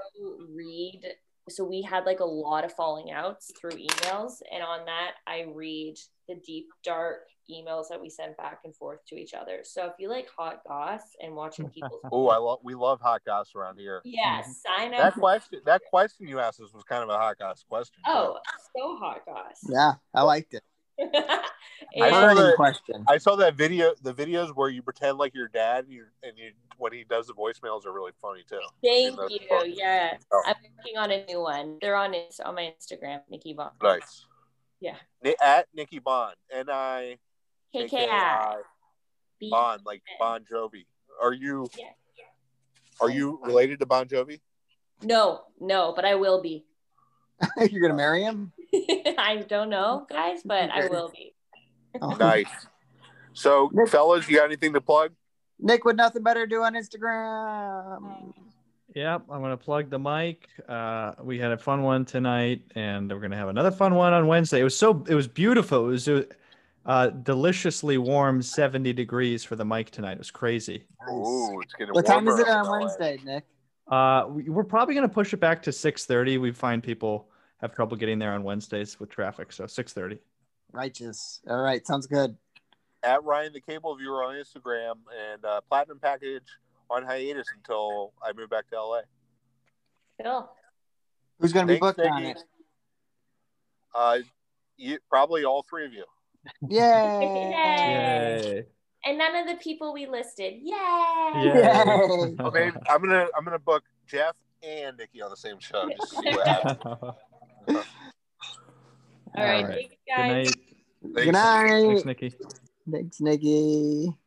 read. So we had like a lot of falling outs through emails, and on that, I read the deep, dark emails that we sent back and forth to each other. So if you like hot goss and watching people's
Oh, I love we love hot goss around here.
yeah, sign
That
up.
question, that question you asked us was kind of a hot goss question.
Oh, so hot goss.
Yeah, I liked it.
I
And-
know
Burning
that-
question.
I saw that video, the videos where you pretend like your dad, and you, and you when he does the voicemails are really funny too.
Thank
That's
you.
fun.
Yeah.
Oh.
I'm working on a new one. They're on it's on my Instagram, Nikki Bond.
Nice.
Yeah.
Ni- At Nikki Bond, N I K K uh, I
B.
Bond, like Bon Jovi. Are you?
Yeah.
Are you related to Bon Jovi?
No, no, but I will be.
You're gonna marry him?
I don't know, guys, but I will be.
Oh.
Nice. So, fellas, you got anything to plug?
Nick with nothing better to do on Instagram.
Yep, I'm gonna plug the mic. Uh, we had a fun one tonight, and we're gonna have another fun one on Wednesday. It was so it was beautiful. It was uh, deliciously warm, 70 degrees for the mic tonight. It was crazy.
Nice.
Ooh, it's getting.
What time is
warmer
it on
out in LA.
Wednesday, Nick?
Uh, we, we're probably gonna push it back to 6:30. We find people have trouble getting there on Wednesdays with traffic, so 6:30.
Righteous. All right, sounds good.
At Ryan the Cable Viewer on Instagram and uh, Platinum Package on hiatus until I move back to LA.
Cool.
Who's gonna be
Thanks,
booked on
Nikki.
it?
Uh, you, probably all three of you.
Yay!
Yay. And none of the people we listed. Yay.
Yay.
Oh, babe, I'm gonna I'm gonna book Jeff and Nikki on the same show. Just to see what happens.
All
All right.
right.
Thanks,
Good
guys.
night.
Good night.
Thanks, Nikki.
Thanks, Nikki.